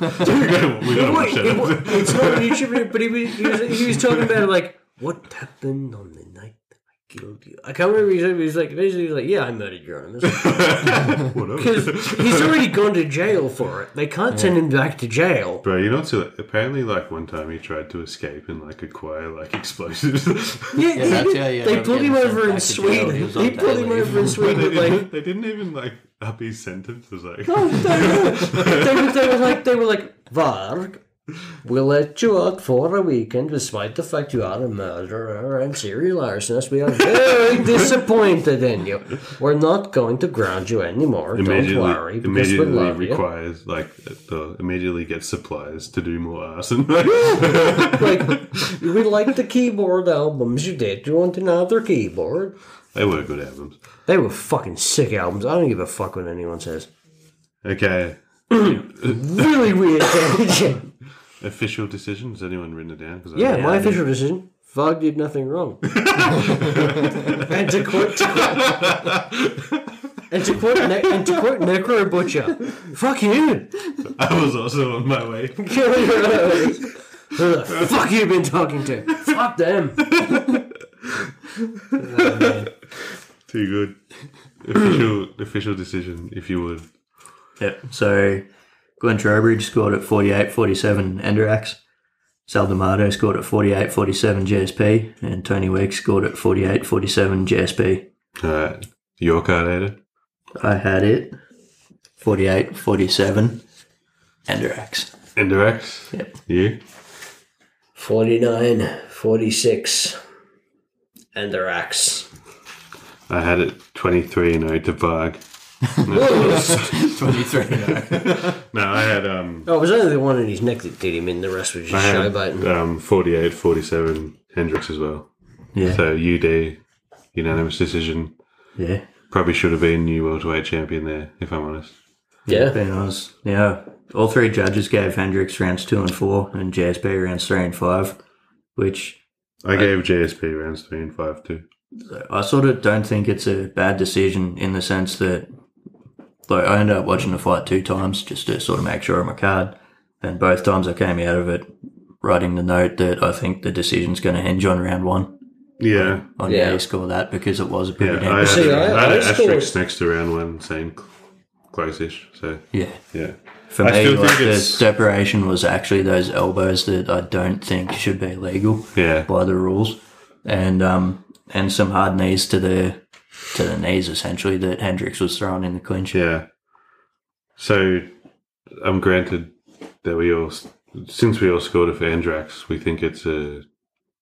Speaker 1: gotta, we gotta watch
Speaker 2: wait,
Speaker 1: that.
Speaker 2: it wa-
Speaker 1: episode.
Speaker 2: it's not an attributed, but he was, he was he was talking about like what happened on the night that I killed you. I can't remember. He said he was like basically he was like, yeah, I murdered Euronymous.
Speaker 1: Whatever.
Speaker 2: Because he's already gone to jail for it. They can't send him back to jail.
Speaker 1: Bro, you know what's apparently like one time he tried to escape and like acquire like explosives.
Speaker 2: Yeah, yeah,
Speaker 3: that's-
Speaker 2: they-
Speaker 3: yeah, yeah,
Speaker 2: they
Speaker 3: they'll
Speaker 2: pulled
Speaker 3: get
Speaker 2: him
Speaker 3: him sent
Speaker 2: over in
Speaker 3: back to jail.
Speaker 2: Sweden.
Speaker 3: He was
Speaker 2: They
Speaker 3: on
Speaker 2: pulled him
Speaker 3: bail leave.
Speaker 2: over in Sweden with
Speaker 1: they,
Speaker 2: like.
Speaker 1: didn't, they didn't even like up his sentence. It was like
Speaker 2: they, were, they were like, they were like, Varg, We'll let you out for a weekend despite the fact you are a murderer and serial arsonist. We are very disappointed in you. We're not going to ground you anymore. Don't worry. Because we
Speaker 1: immediately
Speaker 2: love you.
Speaker 1: requires like the immediately gets supplies to do more arson.
Speaker 2: Like, we like the keyboard albums you did. You want another keyboard?
Speaker 1: they were good albums.
Speaker 2: They were fucking sick albums. I don't give a fuck what anyone says.
Speaker 1: Okay,
Speaker 2: Really weird. yeah,
Speaker 1: official decision. Has anyone written it down? 'Cause I-
Speaker 2: yeah, my official decision. Fog did nothing wrong. and to quote, to quote- and to quote, ne- and to quote Necro Butcher, fuck you.
Speaker 1: I was also on my way.
Speaker 2: Kill your enemies. Who the fuck you been talking to? Fuck them.
Speaker 1: Too good. Official official decision, if you would.
Speaker 3: Yep. So Glenn Trowbridge scored at 48 47 Enderax. Sal D'Amato scored at 48 47 JSP. And Tony Weeks scored at 48 47 JSP.
Speaker 1: All right, your card, Ada.
Speaker 3: I had it 48 47 Enderax.
Speaker 1: Indirex.
Speaker 3: Yep.
Speaker 1: You.
Speaker 2: 49, 46, and their axe.
Speaker 1: I had it twenty three and 0 to Varg.
Speaker 3: 23
Speaker 1: No, I had um.
Speaker 2: Oh, it was only the one in his neck that did him in. The rest was
Speaker 1: I
Speaker 2: just
Speaker 1: had
Speaker 2: showbiting.
Speaker 1: um 48, 47 Hendrix as well.
Speaker 3: Yeah.
Speaker 1: So UD unanimous decision.
Speaker 3: Yeah.
Speaker 1: Probably should have been new welterweight champion there, if I'm honest.
Speaker 2: Yeah.
Speaker 3: Then I was, yeah. All three judges gave Hendricks rounds two and four and JSP rounds three and five, which
Speaker 1: I gave JSP rounds three and five too.
Speaker 3: I sort of don't think it's a bad decision in the sense that, like, I ended up watching the fight two times just to sort of make sure of my card. And both times I came out of it writing the note that I think the decision's going to hinge on round one.
Speaker 1: Yeah,
Speaker 3: On
Speaker 2: Yeah.
Speaker 3: how you score that because it was a pretty
Speaker 1: yeah. I had,
Speaker 3: damn.
Speaker 2: See,
Speaker 1: I,
Speaker 2: I-
Speaker 1: had
Speaker 2: I
Speaker 1: an
Speaker 2: still-
Speaker 1: asterisk next to round one, saying cl- close-ish. So
Speaker 3: yeah.
Speaker 1: yeah,
Speaker 3: For
Speaker 1: I
Speaker 3: me,
Speaker 1: still
Speaker 3: like,
Speaker 1: think
Speaker 3: the
Speaker 1: it's-
Speaker 3: separation was actually those elbows that I don't think should be legal
Speaker 1: yeah.
Speaker 3: by the rules, and um and some hard knees to the to the knees essentially that Hendricks was throwing in the clinch.
Speaker 1: Yeah. So, I'm granted that we all, since we all scored it for Andrax, we think it's a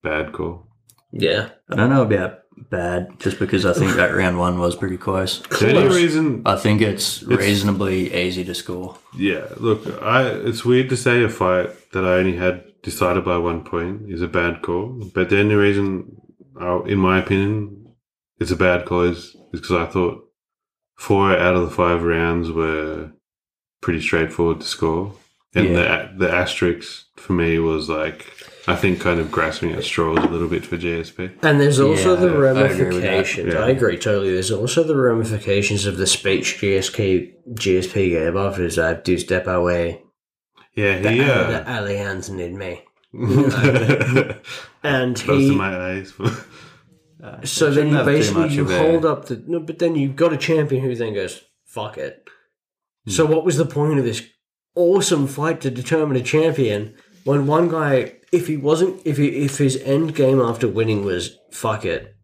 Speaker 1: bad call.
Speaker 2: Yeah.
Speaker 3: I don't know about bad, just because I think that round one was pretty close.
Speaker 1: The only reason,
Speaker 3: I think it's reasonably easy to score.
Speaker 1: yeah, look, I it's weird to say a fight that I only had decided by one point is a bad call, but the only reason, I, in my opinion, it's a bad call is because I thought four out of the five rounds were pretty straightforward to score. And the the asterisk for me was like I think kind of grasping at straws a little bit for JSP.
Speaker 2: And there's also
Speaker 3: Yeah,
Speaker 2: the
Speaker 3: I agree with that.
Speaker 2: ramifications.
Speaker 1: Yeah.
Speaker 2: I agree totally. There's also the ramifications of the speech GSK, GSP gave after his I do step away.
Speaker 1: Yeah,
Speaker 2: The,
Speaker 1: he, uh,
Speaker 2: the
Speaker 1: yeah.
Speaker 2: Allianz need me.
Speaker 1: Close
Speaker 2: And
Speaker 1: to
Speaker 2: he,
Speaker 1: my eyes.
Speaker 2: so then you
Speaker 3: have too
Speaker 2: basically
Speaker 3: much
Speaker 2: you
Speaker 3: of a-
Speaker 2: hold up the no, but then you've got a champion who then goes fuck it. So
Speaker 3: Hmm.
Speaker 2: what was the point of this awesome fight to determine a champion when one guy, if he wasn't, if he, if his end game after winning was fuck it,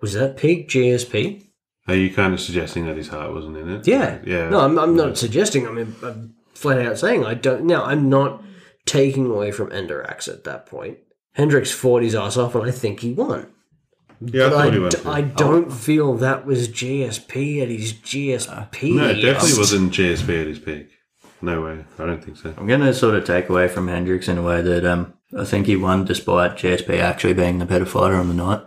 Speaker 2: was that peak GSP?
Speaker 1: Are you kind of suggesting that his heart wasn't in it?
Speaker 2: Yeah.
Speaker 1: Yeah.
Speaker 2: No, I'm, I'm not suggesting. I mean, I'm flat out saying I don't. Now, I'm not taking away from Enderax at that point. Hendricks fought his ass off, and I think he won.
Speaker 1: yeah, I
Speaker 2: But
Speaker 1: thought
Speaker 2: I,
Speaker 1: he went.
Speaker 2: d-
Speaker 1: for it.
Speaker 2: I don't feel that was GSP at his GSP.
Speaker 1: No, it definitely wasn't JSP at his peak. No way. I don't think so.
Speaker 3: I'm going to sort of take away from Hendricks in a way that um, I think he won despite JSP actually being the better fighter on the night.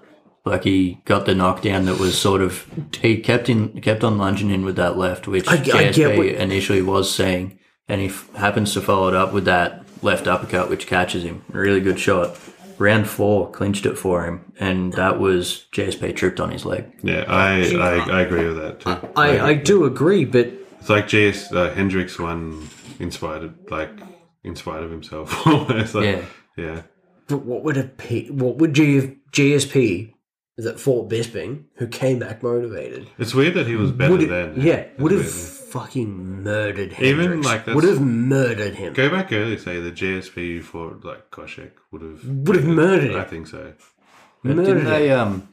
Speaker 3: Like he got the knockdown that was sort of he kept in kept on lunging in with that left, which
Speaker 2: I- I get
Speaker 3: JSP
Speaker 2: what-
Speaker 3: initially was seeing, and he f- happens to follow it up with that left uppercut, which catches him. Really good shot. Round four clinched it for him, and that was JSP tripped on his leg.
Speaker 1: Yeah, I, I, I agree with that too.
Speaker 2: I, I do agree, but
Speaker 1: It's like JS uh, Hendrix won in spite of like in spite of himself almost. Like,
Speaker 3: Yeah.
Speaker 1: Yeah.
Speaker 2: But what would a P, what would G, GSP that fought Bisping, who came back motivated,
Speaker 1: It's weird that he was better
Speaker 2: would it,
Speaker 1: then.
Speaker 2: yeah,
Speaker 1: It's
Speaker 2: would have
Speaker 1: weird.
Speaker 2: fucking murdered him.
Speaker 1: Even, like, that's-
Speaker 2: would have murdered him.
Speaker 1: Go back early, say the JSP for like Koshek would have
Speaker 2: Would have murdered
Speaker 1: I
Speaker 2: him.
Speaker 1: think so.
Speaker 3: But
Speaker 2: Murdered
Speaker 3: didn't
Speaker 2: him.
Speaker 3: they um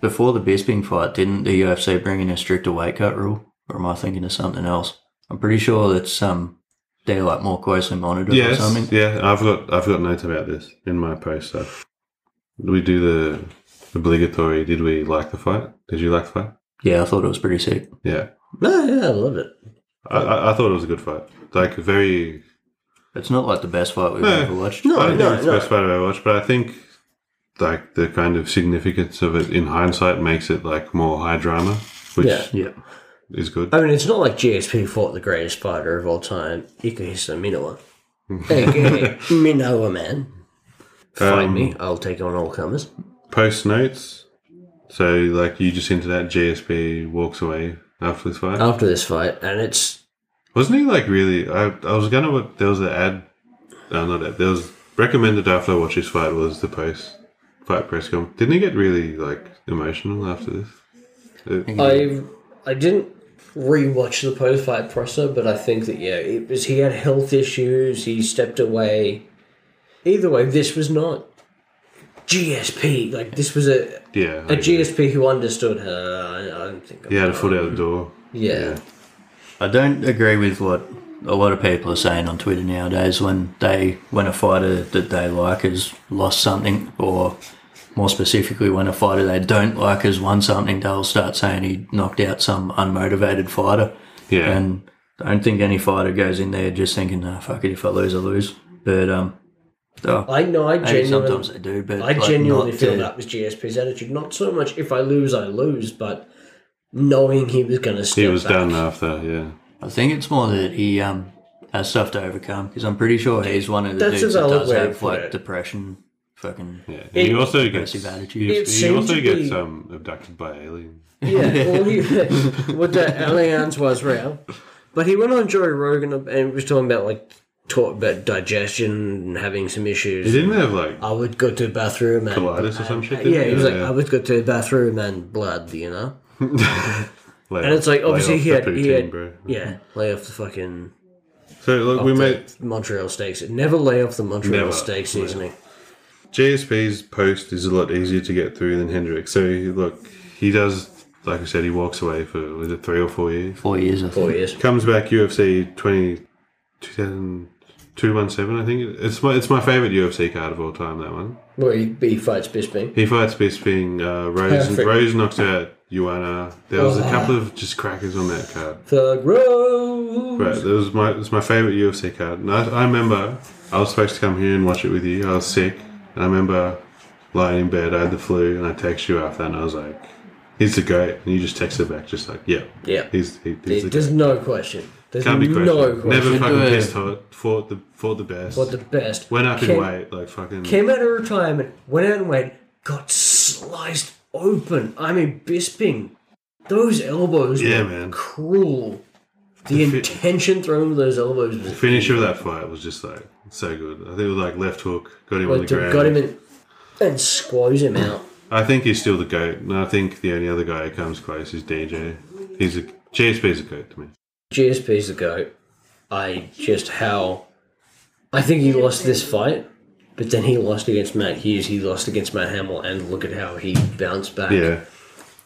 Speaker 3: before the Bisping fight? Didn't the UFC bring in a stricter weight cut rule, or am I thinking of something else? I'm pretty sure that's um they're like more closely monitored
Speaker 1: Yes,
Speaker 3: or something.
Speaker 1: yeah. I've got I've got notes about this in my post stuff. We do the obligatory. Did we like the fight? Did you like the fight?
Speaker 3: Yeah, I thought it was pretty sick.
Speaker 1: Yeah,
Speaker 2: No, yeah, I love it.
Speaker 1: I, I, I thought it was a good fight. Like very.
Speaker 3: It's not like the best fight we've
Speaker 1: No.
Speaker 3: ever watched.
Speaker 2: No,
Speaker 1: I don't think
Speaker 2: no,
Speaker 1: it's the
Speaker 2: no.
Speaker 1: best fight I've ever watched, but I think like the kind of significance of it in hindsight makes it like more high drama, which
Speaker 2: Yeah.
Speaker 3: Yeah.
Speaker 1: is good.
Speaker 2: I mean, it's not like GSP fought the greatest fighter of all time, Ikuhisa Minowa. AKA Minowa Man. Fight
Speaker 1: Um,
Speaker 2: me, I'll take on all comers.
Speaker 1: Post notes. So like you just hinted at GSP walks away after this fight.
Speaker 2: After this fight, and it's
Speaker 1: Wasn't he like really? I, I was gonna. wa- There was an ad. No, not ad. There was recommended after I watched this fight was the post fight press conference. Didn't he get really like emotional after this? It-
Speaker 2: I I didn't rewatch the post fight presser, but I think that yeah, it was he had health issues, he stepped away. Either way, this was not GSP. Like this was a
Speaker 1: yeah,
Speaker 2: a
Speaker 1: I agree.
Speaker 2: GSP who understood her. I, I don't think.
Speaker 1: he had a foot out the door.
Speaker 2: Yeah.
Speaker 3: I don't agree with what a lot of people are saying on Twitter nowadays when they when a fighter that they like has lost something or more specifically when a fighter they don't like has won something they'll start saying he knocked out some unmotivated fighter
Speaker 1: Yeah,
Speaker 3: and I don't think any fighter goes in there just thinking nah fuck it if I lose I lose but um oh,
Speaker 2: I know. I
Speaker 3: maybe
Speaker 2: genuinely.
Speaker 3: sometimes they do but
Speaker 2: I
Speaker 3: like,
Speaker 2: genuinely
Speaker 3: not
Speaker 2: feel
Speaker 3: to-
Speaker 2: that was GSP's attitude. Not so much if I lose, I lose, but knowing he was going to step
Speaker 1: he was
Speaker 2: back.
Speaker 1: done after. Yeah,
Speaker 3: I think it's more that he um, has stuff to overcome because I'm pretty sure he's one of the
Speaker 2: That's a
Speaker 3: dudes that
Speaker 2: valid
Speaker 3: does
Speaker 2: way to
Speaker 3: have
Speaker 2: put
Speaker 3: like
Speaker 2: it.
Speaker 3: depression, fucking
Speaker 1: yeah.
Speaker 2: It-
Speaker 1: he also gets
Speaker 3: aggressive attitude.
Speaker 1: he,
Speaker 2: It
Speaker 1: he
Speaker 2: seemed
Speaker 1: also
Speaker 2: to
Speaker 1: gets
Speaker 2: be-
Speaker 1: um, abducted by aliens.
Speaker 2: Yeah, well, he, what the alliance was real. But he went on Joe Rogan and was talking about like talk about digestion and having some
Speaker 1: He
Speaker 2: issues.
Speaker 1: didn't have like
Speaker 2: I would go to the bathroom and
Speaker 1: colitis or some shit. did
Speaker 2: Uh, yeah, he was like,
Speaker 1: yeah.
Speaker 2: I would go to the bathroom and blood, you know.
Speaker 1: Lay
Speaker 2: And it's like
Speaker 1: off- lay
Speaker 2: obviously
Speaker 1: off
Speaker 2: he
Speaker 1: the
Speaker 2: had, he
Speaker 1: poutine,
Speaker 2: had
Speaker 1: bro.
Speaker 2: yeah, lay off the fucking
Speaker 1: So look, we
Speaker 2: the
Speaker 1: made
Speaker 2: Montreal steaks. Never lay off the Montreal
Speaker 1: Never.
Speaker 2: steak seasoning.
Speaker 1: JSP's post is a lot easier to get through than Hendrick. So look, he does like I said, he walks away for was it three or four years?
Speaker 3: four years. I
Speaker 2: Four
Speaker 3: think.
Speaker 2: years.
Speaker 1: Comes back UFC 20, 217, I think it's my it's my favorite UFC card of all time. That one.
Speaker 2: Where he, he fights Bisping.
Speaker 1: He fights Bisping. Uh, Rose
Speaker 2: Perfect.
Speaker 1: Rose knocks out Joanna. There was a couple of just crackers on that card.
Speaker 2: Thug Rose.
Speaker 1: Right, that was my it was my favorite UFC card. And I, I remember I was supposed to come here and watch it with you. I was sick, and I remember lying in bed. I had the flu, and I texted you after, that and I was like, "He's the goat," and you just texted back, just like, "Yeah,
Speaker 2: Yeah.
Speaker 1: he's he, he's the
Speaker 2: There's
Speaker 1: goat."
Speaker 2: no question. There's
Speaker 1: Can't be questioned.
Speaker 2: no question.
Speaker 1: Never
Speaker 3: Should
Speaker 1: fucking
Speaker 3: do it.
Speaker 1: pissed hot. Fought the fought the best.
Speaker 2: What the best.
Speaker 1: Went up in
Speaker 2: Came-
Speaker 1: weight, like fucking.
Speaker 2: Came out of retirement, went out and went, got sliced open. I mean, Bisping, those elbows
Speaker 1: Yeah,
Speaker 2: were
Speaker 1: man.
Speaker 2: cruel. The
Speaker 1: fi-
Speaker 2: intention thrown with those elbows was
Speaker 1: finisher of that fight was just like so good. I think it was like left hook, got him on the
Speaker 2: like,
Speaker 1: ground.
Speaker 2: got him in and squoze him out.
Speaker 1: I think he's still the goat, and I think the only other guy who comes close is DJ. He's a GSP's a goat to me.
Speaker 2: GSP's the goat. I just how I think he lost this fight, but then he lost against Matt Hughes. He lost against Matt Hamill, and look at how he bounced back.
Speaker 1: Yeah.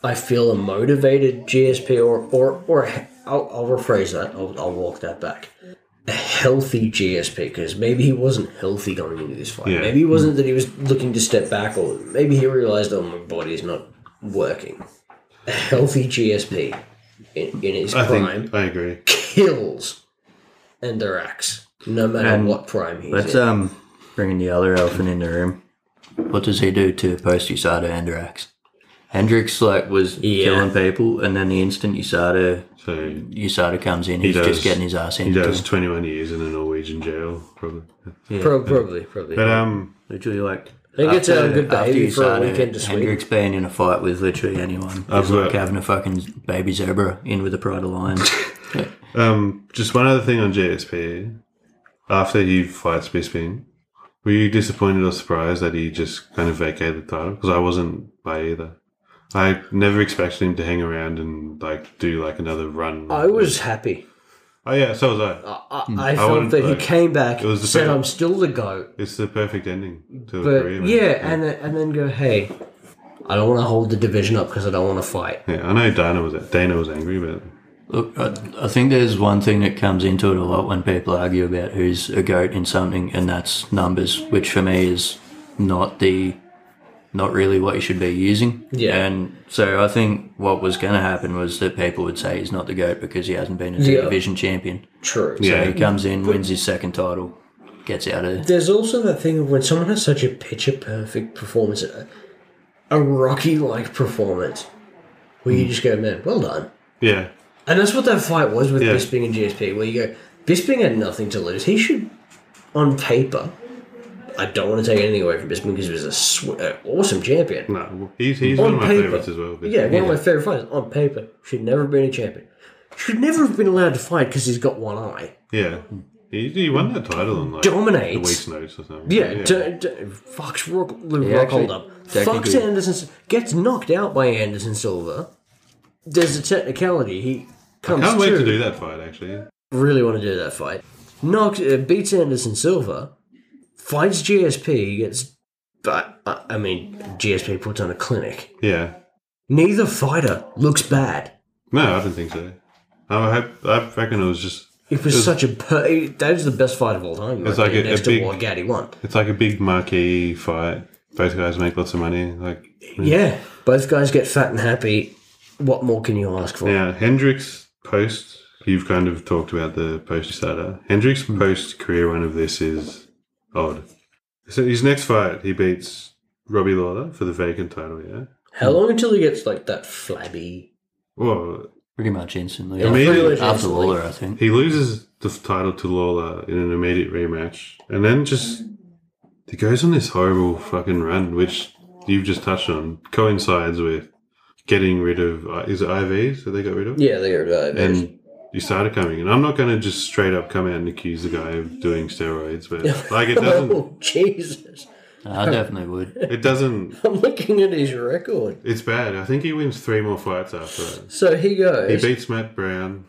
Speaker 2: I feel a motivated GSP, or or or I'll, I'll rephrase that. I'll, I'll walk that back. A healthy GSP, because maybe he wasn't healthy going into this fight.
Speaker 1: Yeah.
Speaker 2: Maybe it wasn't that he was looking to step back, or maybe he realized, oh, my body's not working. A healthy GSP in, in his
Speaker 1: I
Speaker 2: prime
Speaker 1: think I agree.
Speaker 2: kills Enderax, no matter
Speaker 3: And
Speaker 2: what prime he's
Speaker 3: Let's
Speaker 2: in.
Speaker 3: um bring in the other elephant in the room. What does he do to post USADA Hendrix? Hendrix like was
Speaker 2: Yeah.
Speaker 3: killing people, and then the instant USADA
Speaker 1: So
Speaker 3: USADA comes in, he's
Speaker 1: does.
Speaker 3: just getting his ass
Speaker 1: he
Speaker 3: handed to
Speaker 1: does
Speaker 3: him.
Speaker 1: 21 years in a Norwegian jail, probably.
Speaker 2: Pro- probably, probably.
Speaker 1: But um,
Speaker 3: Literally like.
Speaker 2: think it's a good baby for a
Speaker 3: USADA,
Speaker 2: weekend to Sweden.
Speaker 3: Hendrix being in a fight with literally anyone.
Speaker 1: I've
Speaker 3: It's like
Speaker 1: got-
Speaker 3: having a fucking baby zebra in with a pride of lions.
Speaker 1: um, just one other thing on JSP. After he fights Bisping, were you disappointed or surprised that he just kind of vacated the title? Because I wasn't by either. I never expected him to hang around and like do like another run.
Speaker 2: I was Uh, happy.
Speaker 1: Oh yeah, so was Hmm. I.
Speaker 2: I, I, I felt
Speaker 1: wouldn't
Speaker 2: that he
Speaker 1: like-
Speaker 2: came back,
Speaker 1: was the
Speaker 2: said,
Speaker 1: best-
Speaker 2: "I'm still the goat,"
Speaker 1: It's the perfect ending to a
Speaker 2: but
Speaker 1: career. man.
Speaker 2: yeah, and then, and then go, "Hey, I don't want to hold the division up because I don't want to fight."
Speaker 1: Yeah, I know Dana was Dana was angry, but
Speaker 3: Look, I, I think there's one thing that comes into it a lot when people argue about who's a goat in something, and that's numbers, which for me is not the not really what you should be using.
Speaker 2: Yeah.
Speaker 3: And so I think what was going to happen was that people would say he's not the goat because he hasn't been a
Speaker 2: Yeah.
Speaker 3: division champion.
Speaker 2: True.
Speaker 1: Yeah.
Speaker 3: So he comes in, wins his second title, gets out of there.
Speaker 2: There's also the thing of when someone has such a picture perfect performance, a, a Rocky like performance, where
Speaker 1: Hmm.
Speaker 2: you just go, man, well done.
Speaker 1: Yeah.
Speaker 2: And that's what that fight was with
Speaker 1: Yeah.
Speaker 2: Bisping and GSP, where you go, Bisping had nothing to lose. He should, on paper, I don't want to take anything away from Bisping because he was an sw- uh, awesome champion.
Speaker 1: No, he's, he's one of my
Speaker 2: paper.
Speaker 1: favorites as well.
Speaker 2: Yeah, one of my favourite fighters. On paper, should never have been a champion. Should never have been allowed to fight because he's got one eye.
Speaker 1: Yeah. He, he won that title in like
Speaker 2: Dominates.
Speaker 1: a week's notice or something.
Speaker 2: Yeah, d- d- fucks Rock, Luke
Speaker 3: Yeah, actually,
Speaker 2: Rockhold up. Fucks
Speaker 3: technically-
Speaker 2: Anderson. Gets knocked out by Anderson Silva. There's a technicality. He comes
Speaker 1: Can't wait
Speaker 2: to.
Speaker 1: to do that fight actually.
Speaker 2: Really want to do that fight. Knocks, uh, beats Anderson Silva. Fights GSP. Gets. But I I mean, GSP puts on a clinic.
Speaker 1: Yeah.
Speaker 2: Neither fighter looks bad.
Speaker 1: No, I don't think so. I hope, I reckon it was just
Speaker 2: It was, such a per- that is the best fight of all time.
Speaker 1: It's
Speaker 2: right
Speaker 1: like
Speaker 2: there,
Speaker 1: a- a
Speaker 2: next to
Speaker 1: big-
Speaker 2: what Gaddy won.
Speaker 1: it's like a big marquee fight. Both guys make lots of money. Like
Speaker 2: Yeah, both guys get fat and happy. What more can you ask for?
Speaker 1: now Hendricks post you've kind of talked about the post starter. Hendricks post career run of this is odd. So his next fight he beats Robbie Lawler for the vacant title, yeah.
Speaker 2: How long until he gets like that flabby?
Speaker 1: Well,
Speaker 3: Pretty much instantly.
Speaker 2: Yeah,
Speaker 1: pretty
Speaker 3: After,
Speaker 2: much
Speaker 3: after
Speaker 2: instantly.
Speaker 3: Lawler, I think.
Speaker 1: He loses the title to Lawler in an immediate rematch, and then just he goes on this horrible fucking run, which you've just touched on, coincides with getting rid of uh, is it IVs that they got rid of,
Speaker 2: Yeah, they are.
Speaker 1: and you started coming. And I'm not going to just straight up come out and accuse the guy of doing steroids, but like it doesn't,
Speaker 2: oh Jesus!
Speaker 3: I definitely would.
Speaker 1: it doesn't.
Speaker 2: I'm looking at his record.
Speaker 1: It's bad. I think he wins three more fights after that.
Speaker 2: So he
Speaker 1: He
Speaker 2: goes. He,
Speaker 1: beats Matt Brown.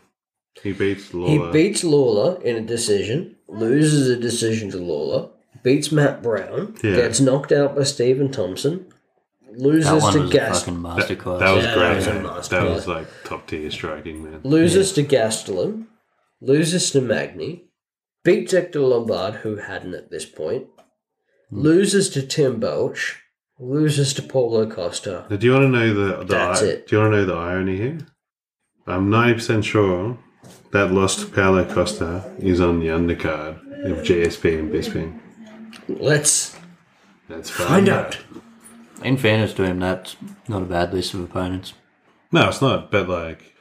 Speaker 1: He beats Lawler.
Speaker 2: beats Lawler in a decision. Loses a decision to Lawler. Beats Matt Brown.
Speaker 1: Yeah.
Speaker 2: Gets knocked out by Stephen Thompson.
Speaker 3: That
Speaker 2: Loses
Speaker 3: one
Speaker 2: to
Speaker 3: was a
Speaker 2: Gas.
Speaker 3: fucking
Speaker 1: that,
Speaker 3: masterclass.
Speaker 1: that was
Speaker 2: Yeah, that
Speaker 1: great.
Speaker 2: was a
Speaker 1: man.
Speaker 2: nice
Speaker 1: that
Speaker 2: play.
Speaker 1: was like top tier striking, man.
Speaker 2: Loses to Gastelum. Loses to Magny. Beats Hector Lombard, who hadn't at this point. Loses to Tim Belch. Loses to Paulo Costa.
Speaker 1: Now, do you want to know the, the
Speaker 2: That's
Speaker 1: i-
Speaker 2: it.
Speaker 1: Do you want to know the irony here? I'm ninety percent sure that lost to Paolo Costa is on the undercard of JSP and Bisping.
Speaker 2: Let's
Speaker 1: That's
Speaker 2: find out.
Speaker 3: In fairness to him, that's not a bad list of opponents.
Speaker 1: No, it's not. But like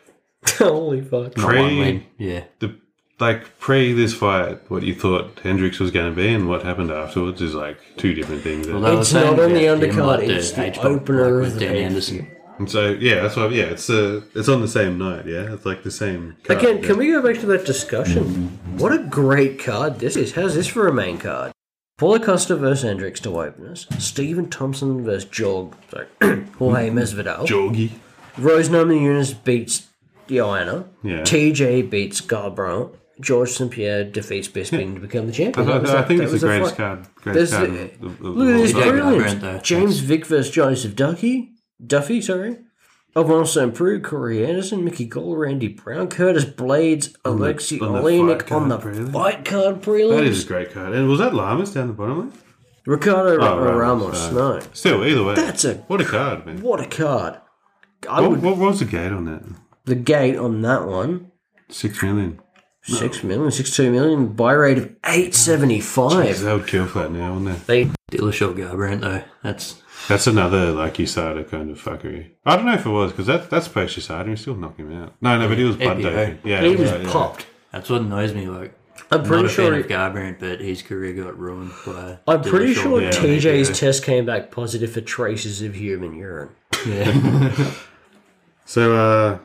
Speaker 2: Holy fuck.
Speaker 3: Not one
Speaker 1: Pre-
Speaker 3: win. Yeah.
Speaker 1: the like pre this fight, what you thought Hendricks was going to be and what happened afterwards is like two different things.
Speaker 3: Well, that
Speaker 2: It's
Speaker 3: was saying
Speaker 2: not on the
Speaker 3: about him,
Speaker 2: undercard,
Speaker 3: like
Speaker 2: it's the
Speaker 3: H-Bomb,
Speaker 2: opener
Speaker 3: like
Speaker 2: of the
Speaker 3: Dan
Speaker 2: pay-per-view.
Speaker 3: Anderson.
Speaker 1: and so yeah, that's why yeah, it's uh, it's on the same night. Yeah, it's like the same. card,
Speaker 2: Again,
Speaker 1: yeah.
Speaker 2: can we go back to that discussion? What a great card this is. How's this for a main card? Paulo Costa versus Hendricks to open us. Stephen Thompson versus Jorg, sorry, Jorge Masvidal.
Speaker 1: Jorgie?
Speaker 2: Rose Namajunas beats Joanna.
Speaker 1: Yeah.
Speaker 2: TJ beats Garbrandt. George St. Pierre defeats Bisping to become the
Speaker 1: I,
Speaker 2: champion.
Speaker 1: thought-
Speaker 2: That was
Speaker 1: I
Speaker 2: that-
Speaker 1: think
Speaker 2: that
Speaker 1: it's the
Speaker 2: was a
Speaker 1: greatest
Speaker 2: fight.
Speaker 1: card.
Speaker 2: There's
Speaker 1: Greatest
Speaker 2: the-
Speaker 1: card. of- of- of
Speaker 2: Look at
Speaker 1: all
Speaker 2: this
Speaker 1: time.
Speaker 3: Jack
Speaker 2: brilliant.
Speaker 3: Garbrandt, though.
Speaker 2: James Vick versus Joseph Ducky. Duffy, sorry. Alonso St. Prue, Corey Anderson, Mickey Gall, Randy Brown, Curtis Blades, Alexi
Speaker 1: on the
Speaker 2: Olenek
Speaker 1: fight
Speaker 2: on the
Speaker 1: card prelim.
Speaker 2: fight card prelim.
Speaker 1: That is a great card. And was that Lamas down the bottom left?
Speaker 2: Ricardo
Speaker 1: Oh, right,
Speaker 2: Ramos.
Speaker 1: so-
Speaker 2: No.
Speaker 1: Still, either way.
Speaker 2: That's a-
Speaker 1: What a card, man.
Speaker 2: What a card. I
Speaker 1: What,
Speaker 2: would,
Speaker 1: what was the gate on that?
Speaker 2: the gate on that one,
Speaker 1: Six million.
Speaker 2: six million, six two million, buy rate of 875.
Speaker 1: That would kill for that now, wouldn't it?
Speaker 2: They
Speaker 3: Dillashaw Garbrandt, though. That's
Speaker 1: That's another, like, USADA kind of fucking. I don't know if it was, because that, that's post USADA. He still knocked him out. No, no, but he was blood
Speaker 3: APO.
Speaker 1: doping. Yeah,
Speaker 2: he was
Speaker 1: right, yeah.
Speaker 2: popped.
Speaker 3: that's what annoys me. Like,
Speaker 2: I'm
Speaker 3: I'm not
Speaker 2: pretty
Speaker 3: a
Speaker 2: sure.
Speaker 3: fan of
Speaker 2: he-
Speaker 3: Garbrandt, but his career got ruined by.
Speaker 2: I'm pretty
Speaker 3: Dillashaw
Speaker 2: sure
Speaker 3: being
Speaker 2: TJ's
Speaker 3: an APO.
Speaker 2: test came back positive for traces of human urine.
Speaker 3: yeah,
Speaker 1: So, uh,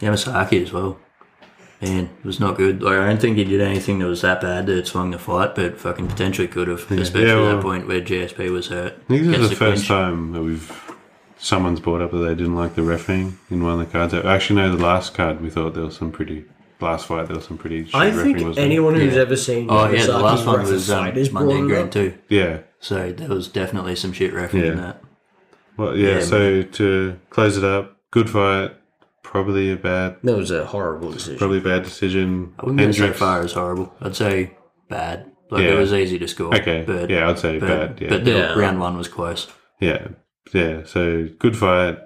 Speaker 3: Yamasaki as well. Man, it was not good. Like, I don't think he did anything that was that bad that it swung the fight, but fucking potentially could have, especially
Speaker 1: Yeah,
Speaker 3: at
Speaker 1: well-
Speaker 3: that point where JSP was hurt.
Speaker 1: I think this
Speaker 3: Gets
Speaker 1: is the first
Speaker 3: clinch.
Speaker 1: time that we've. Someone's brought up that they didn't like the refereeing in one of the cards. Actually, no, the last card we thought there was some pretty. Last fight, there was some pretty. shit
Speaker 2: I
Speaker 1: refereeing,
Speaker 2: think
Speaker 1: wasn't there?
Speaker 2: anyone who's ever seen
Speaker 3: Oh yeah, the
Speaker 2: Yamasaki
Speaker 3: last one
Speaker 2: ref a
Speaker 3: was um,
Speaker 2: fight is
Speaker 3: Monday
Speaker 2: brought it
Speaker 3: Grand
Speaker 2: up.
Speaker 3: too.
Speaker 1: Yeah.
Speaker 3: So there was definitely some shit refereeing
Speaker 1: Yeah.
Speaker 3: that.
Speaker 1: Well, yeah.
Speaker 3: Yeah,
Speaker 1: so to close it up, good fight. probably a bad,
Speaker 2: That was a horrible decision.
Speaker 1: probably a bad decision.
Speaker 3: I wouldn't go so
Speaker 1: Hendricks-
Speaker 3: far as horrible. I'd say bad. Like
Speaker 1: Yeah.
Speaker 3: it was easy to score.
Speaker 1: Okay,
Speaker 3: But,
Speaker 1: yeah, I'd say
Speaker 3: but,
Speaker 1: bad. Yeah,
Speaker 3: but the
Speaker 2: Yeah.
Speaker 3: round one was close.
Speaker 1: yeah, yeah. So good fight,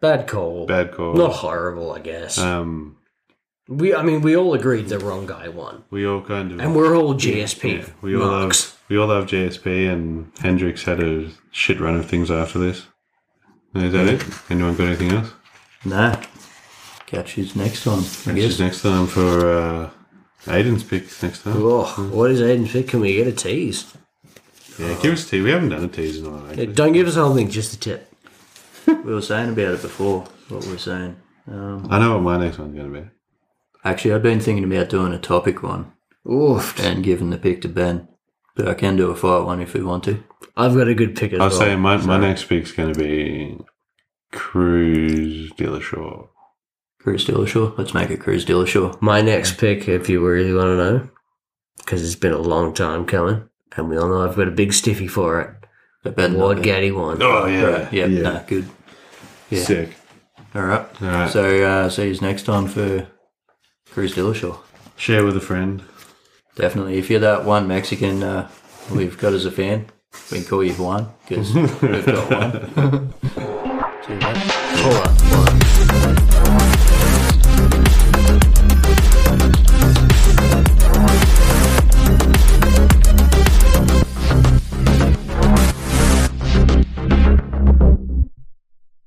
Speaker 2: Bad call.
Speaker 1: bad call.
Speaker 2: Not horrible, I guess.
Speaker 1: Um,
Speaker 2: we, I mean, we all agreed the wrong guy won,
Speaker 1: we all kind of
Speaker 2: and we're all GSP
Speaker 1: yeah, we all
Speaker 2: marks.
Speaker 1: love we all love JSP, and Hendrix had a shit run of things after this. Is that it? Anyone got anything else?
Speaker 3: Nah. Catch his next one. I
Speaker 1: Which is
Speaker 3: guess.
Speaker 1: next time for uh, Aiden's picks next time.
Speaker 2: Oh, what is Aiden's pick? Can we get a tease?
Speaker 1: Yeah, give us a tease. We haven't done a tease in a while.
Speaker 2: Yeah,
Speaker 1: actually.
Speaker 2: Don't give us the whole thing, just the tip.
Speaker 3: We were saying about it before. What we were saying. Um,
Speaker 1: I know what my next one's going to be.
Speaker 3: actually, I'd been thinking about doing a topic one
Speaker 2: Oof.
Speaker 3: and giving the pick to Ben, but I can do a fight one if we want to.
Speaker 2: I've got a good pick
Speaker 1: I
Speaker 2: as well.
Speaker 1: was saying my, my next pick's going to be Cruise Dillashaw.
Speaker 3: Cruz Dillashaw. Let's make it Cruz Dillashaw.
Speaker 2: My next pick, if you really want to know, because it's been a long time coming, and we all know I've got a big stiffy for it.
Speaker 3: That better not
Speaker 2: Ward
Speaker 3: be-
Speaker 2: Gaddy won.
Speaker 1: Oh yeah,
Speaker 3: Right, yeah,
Speaker 1: yeah.
Speaker 3: nah, good. yeah.
Speaker 1: sick.
Speaker 3: All right.
Speaker 1: All right,
Speaker 3: So uh, see you next time for Cruz Dillashaw.
Speaker 1: share with a friend.
Speaker 3: Definitely. If you're that one Mexican uh, we've got as a fan, we can call you Juan because we've got one.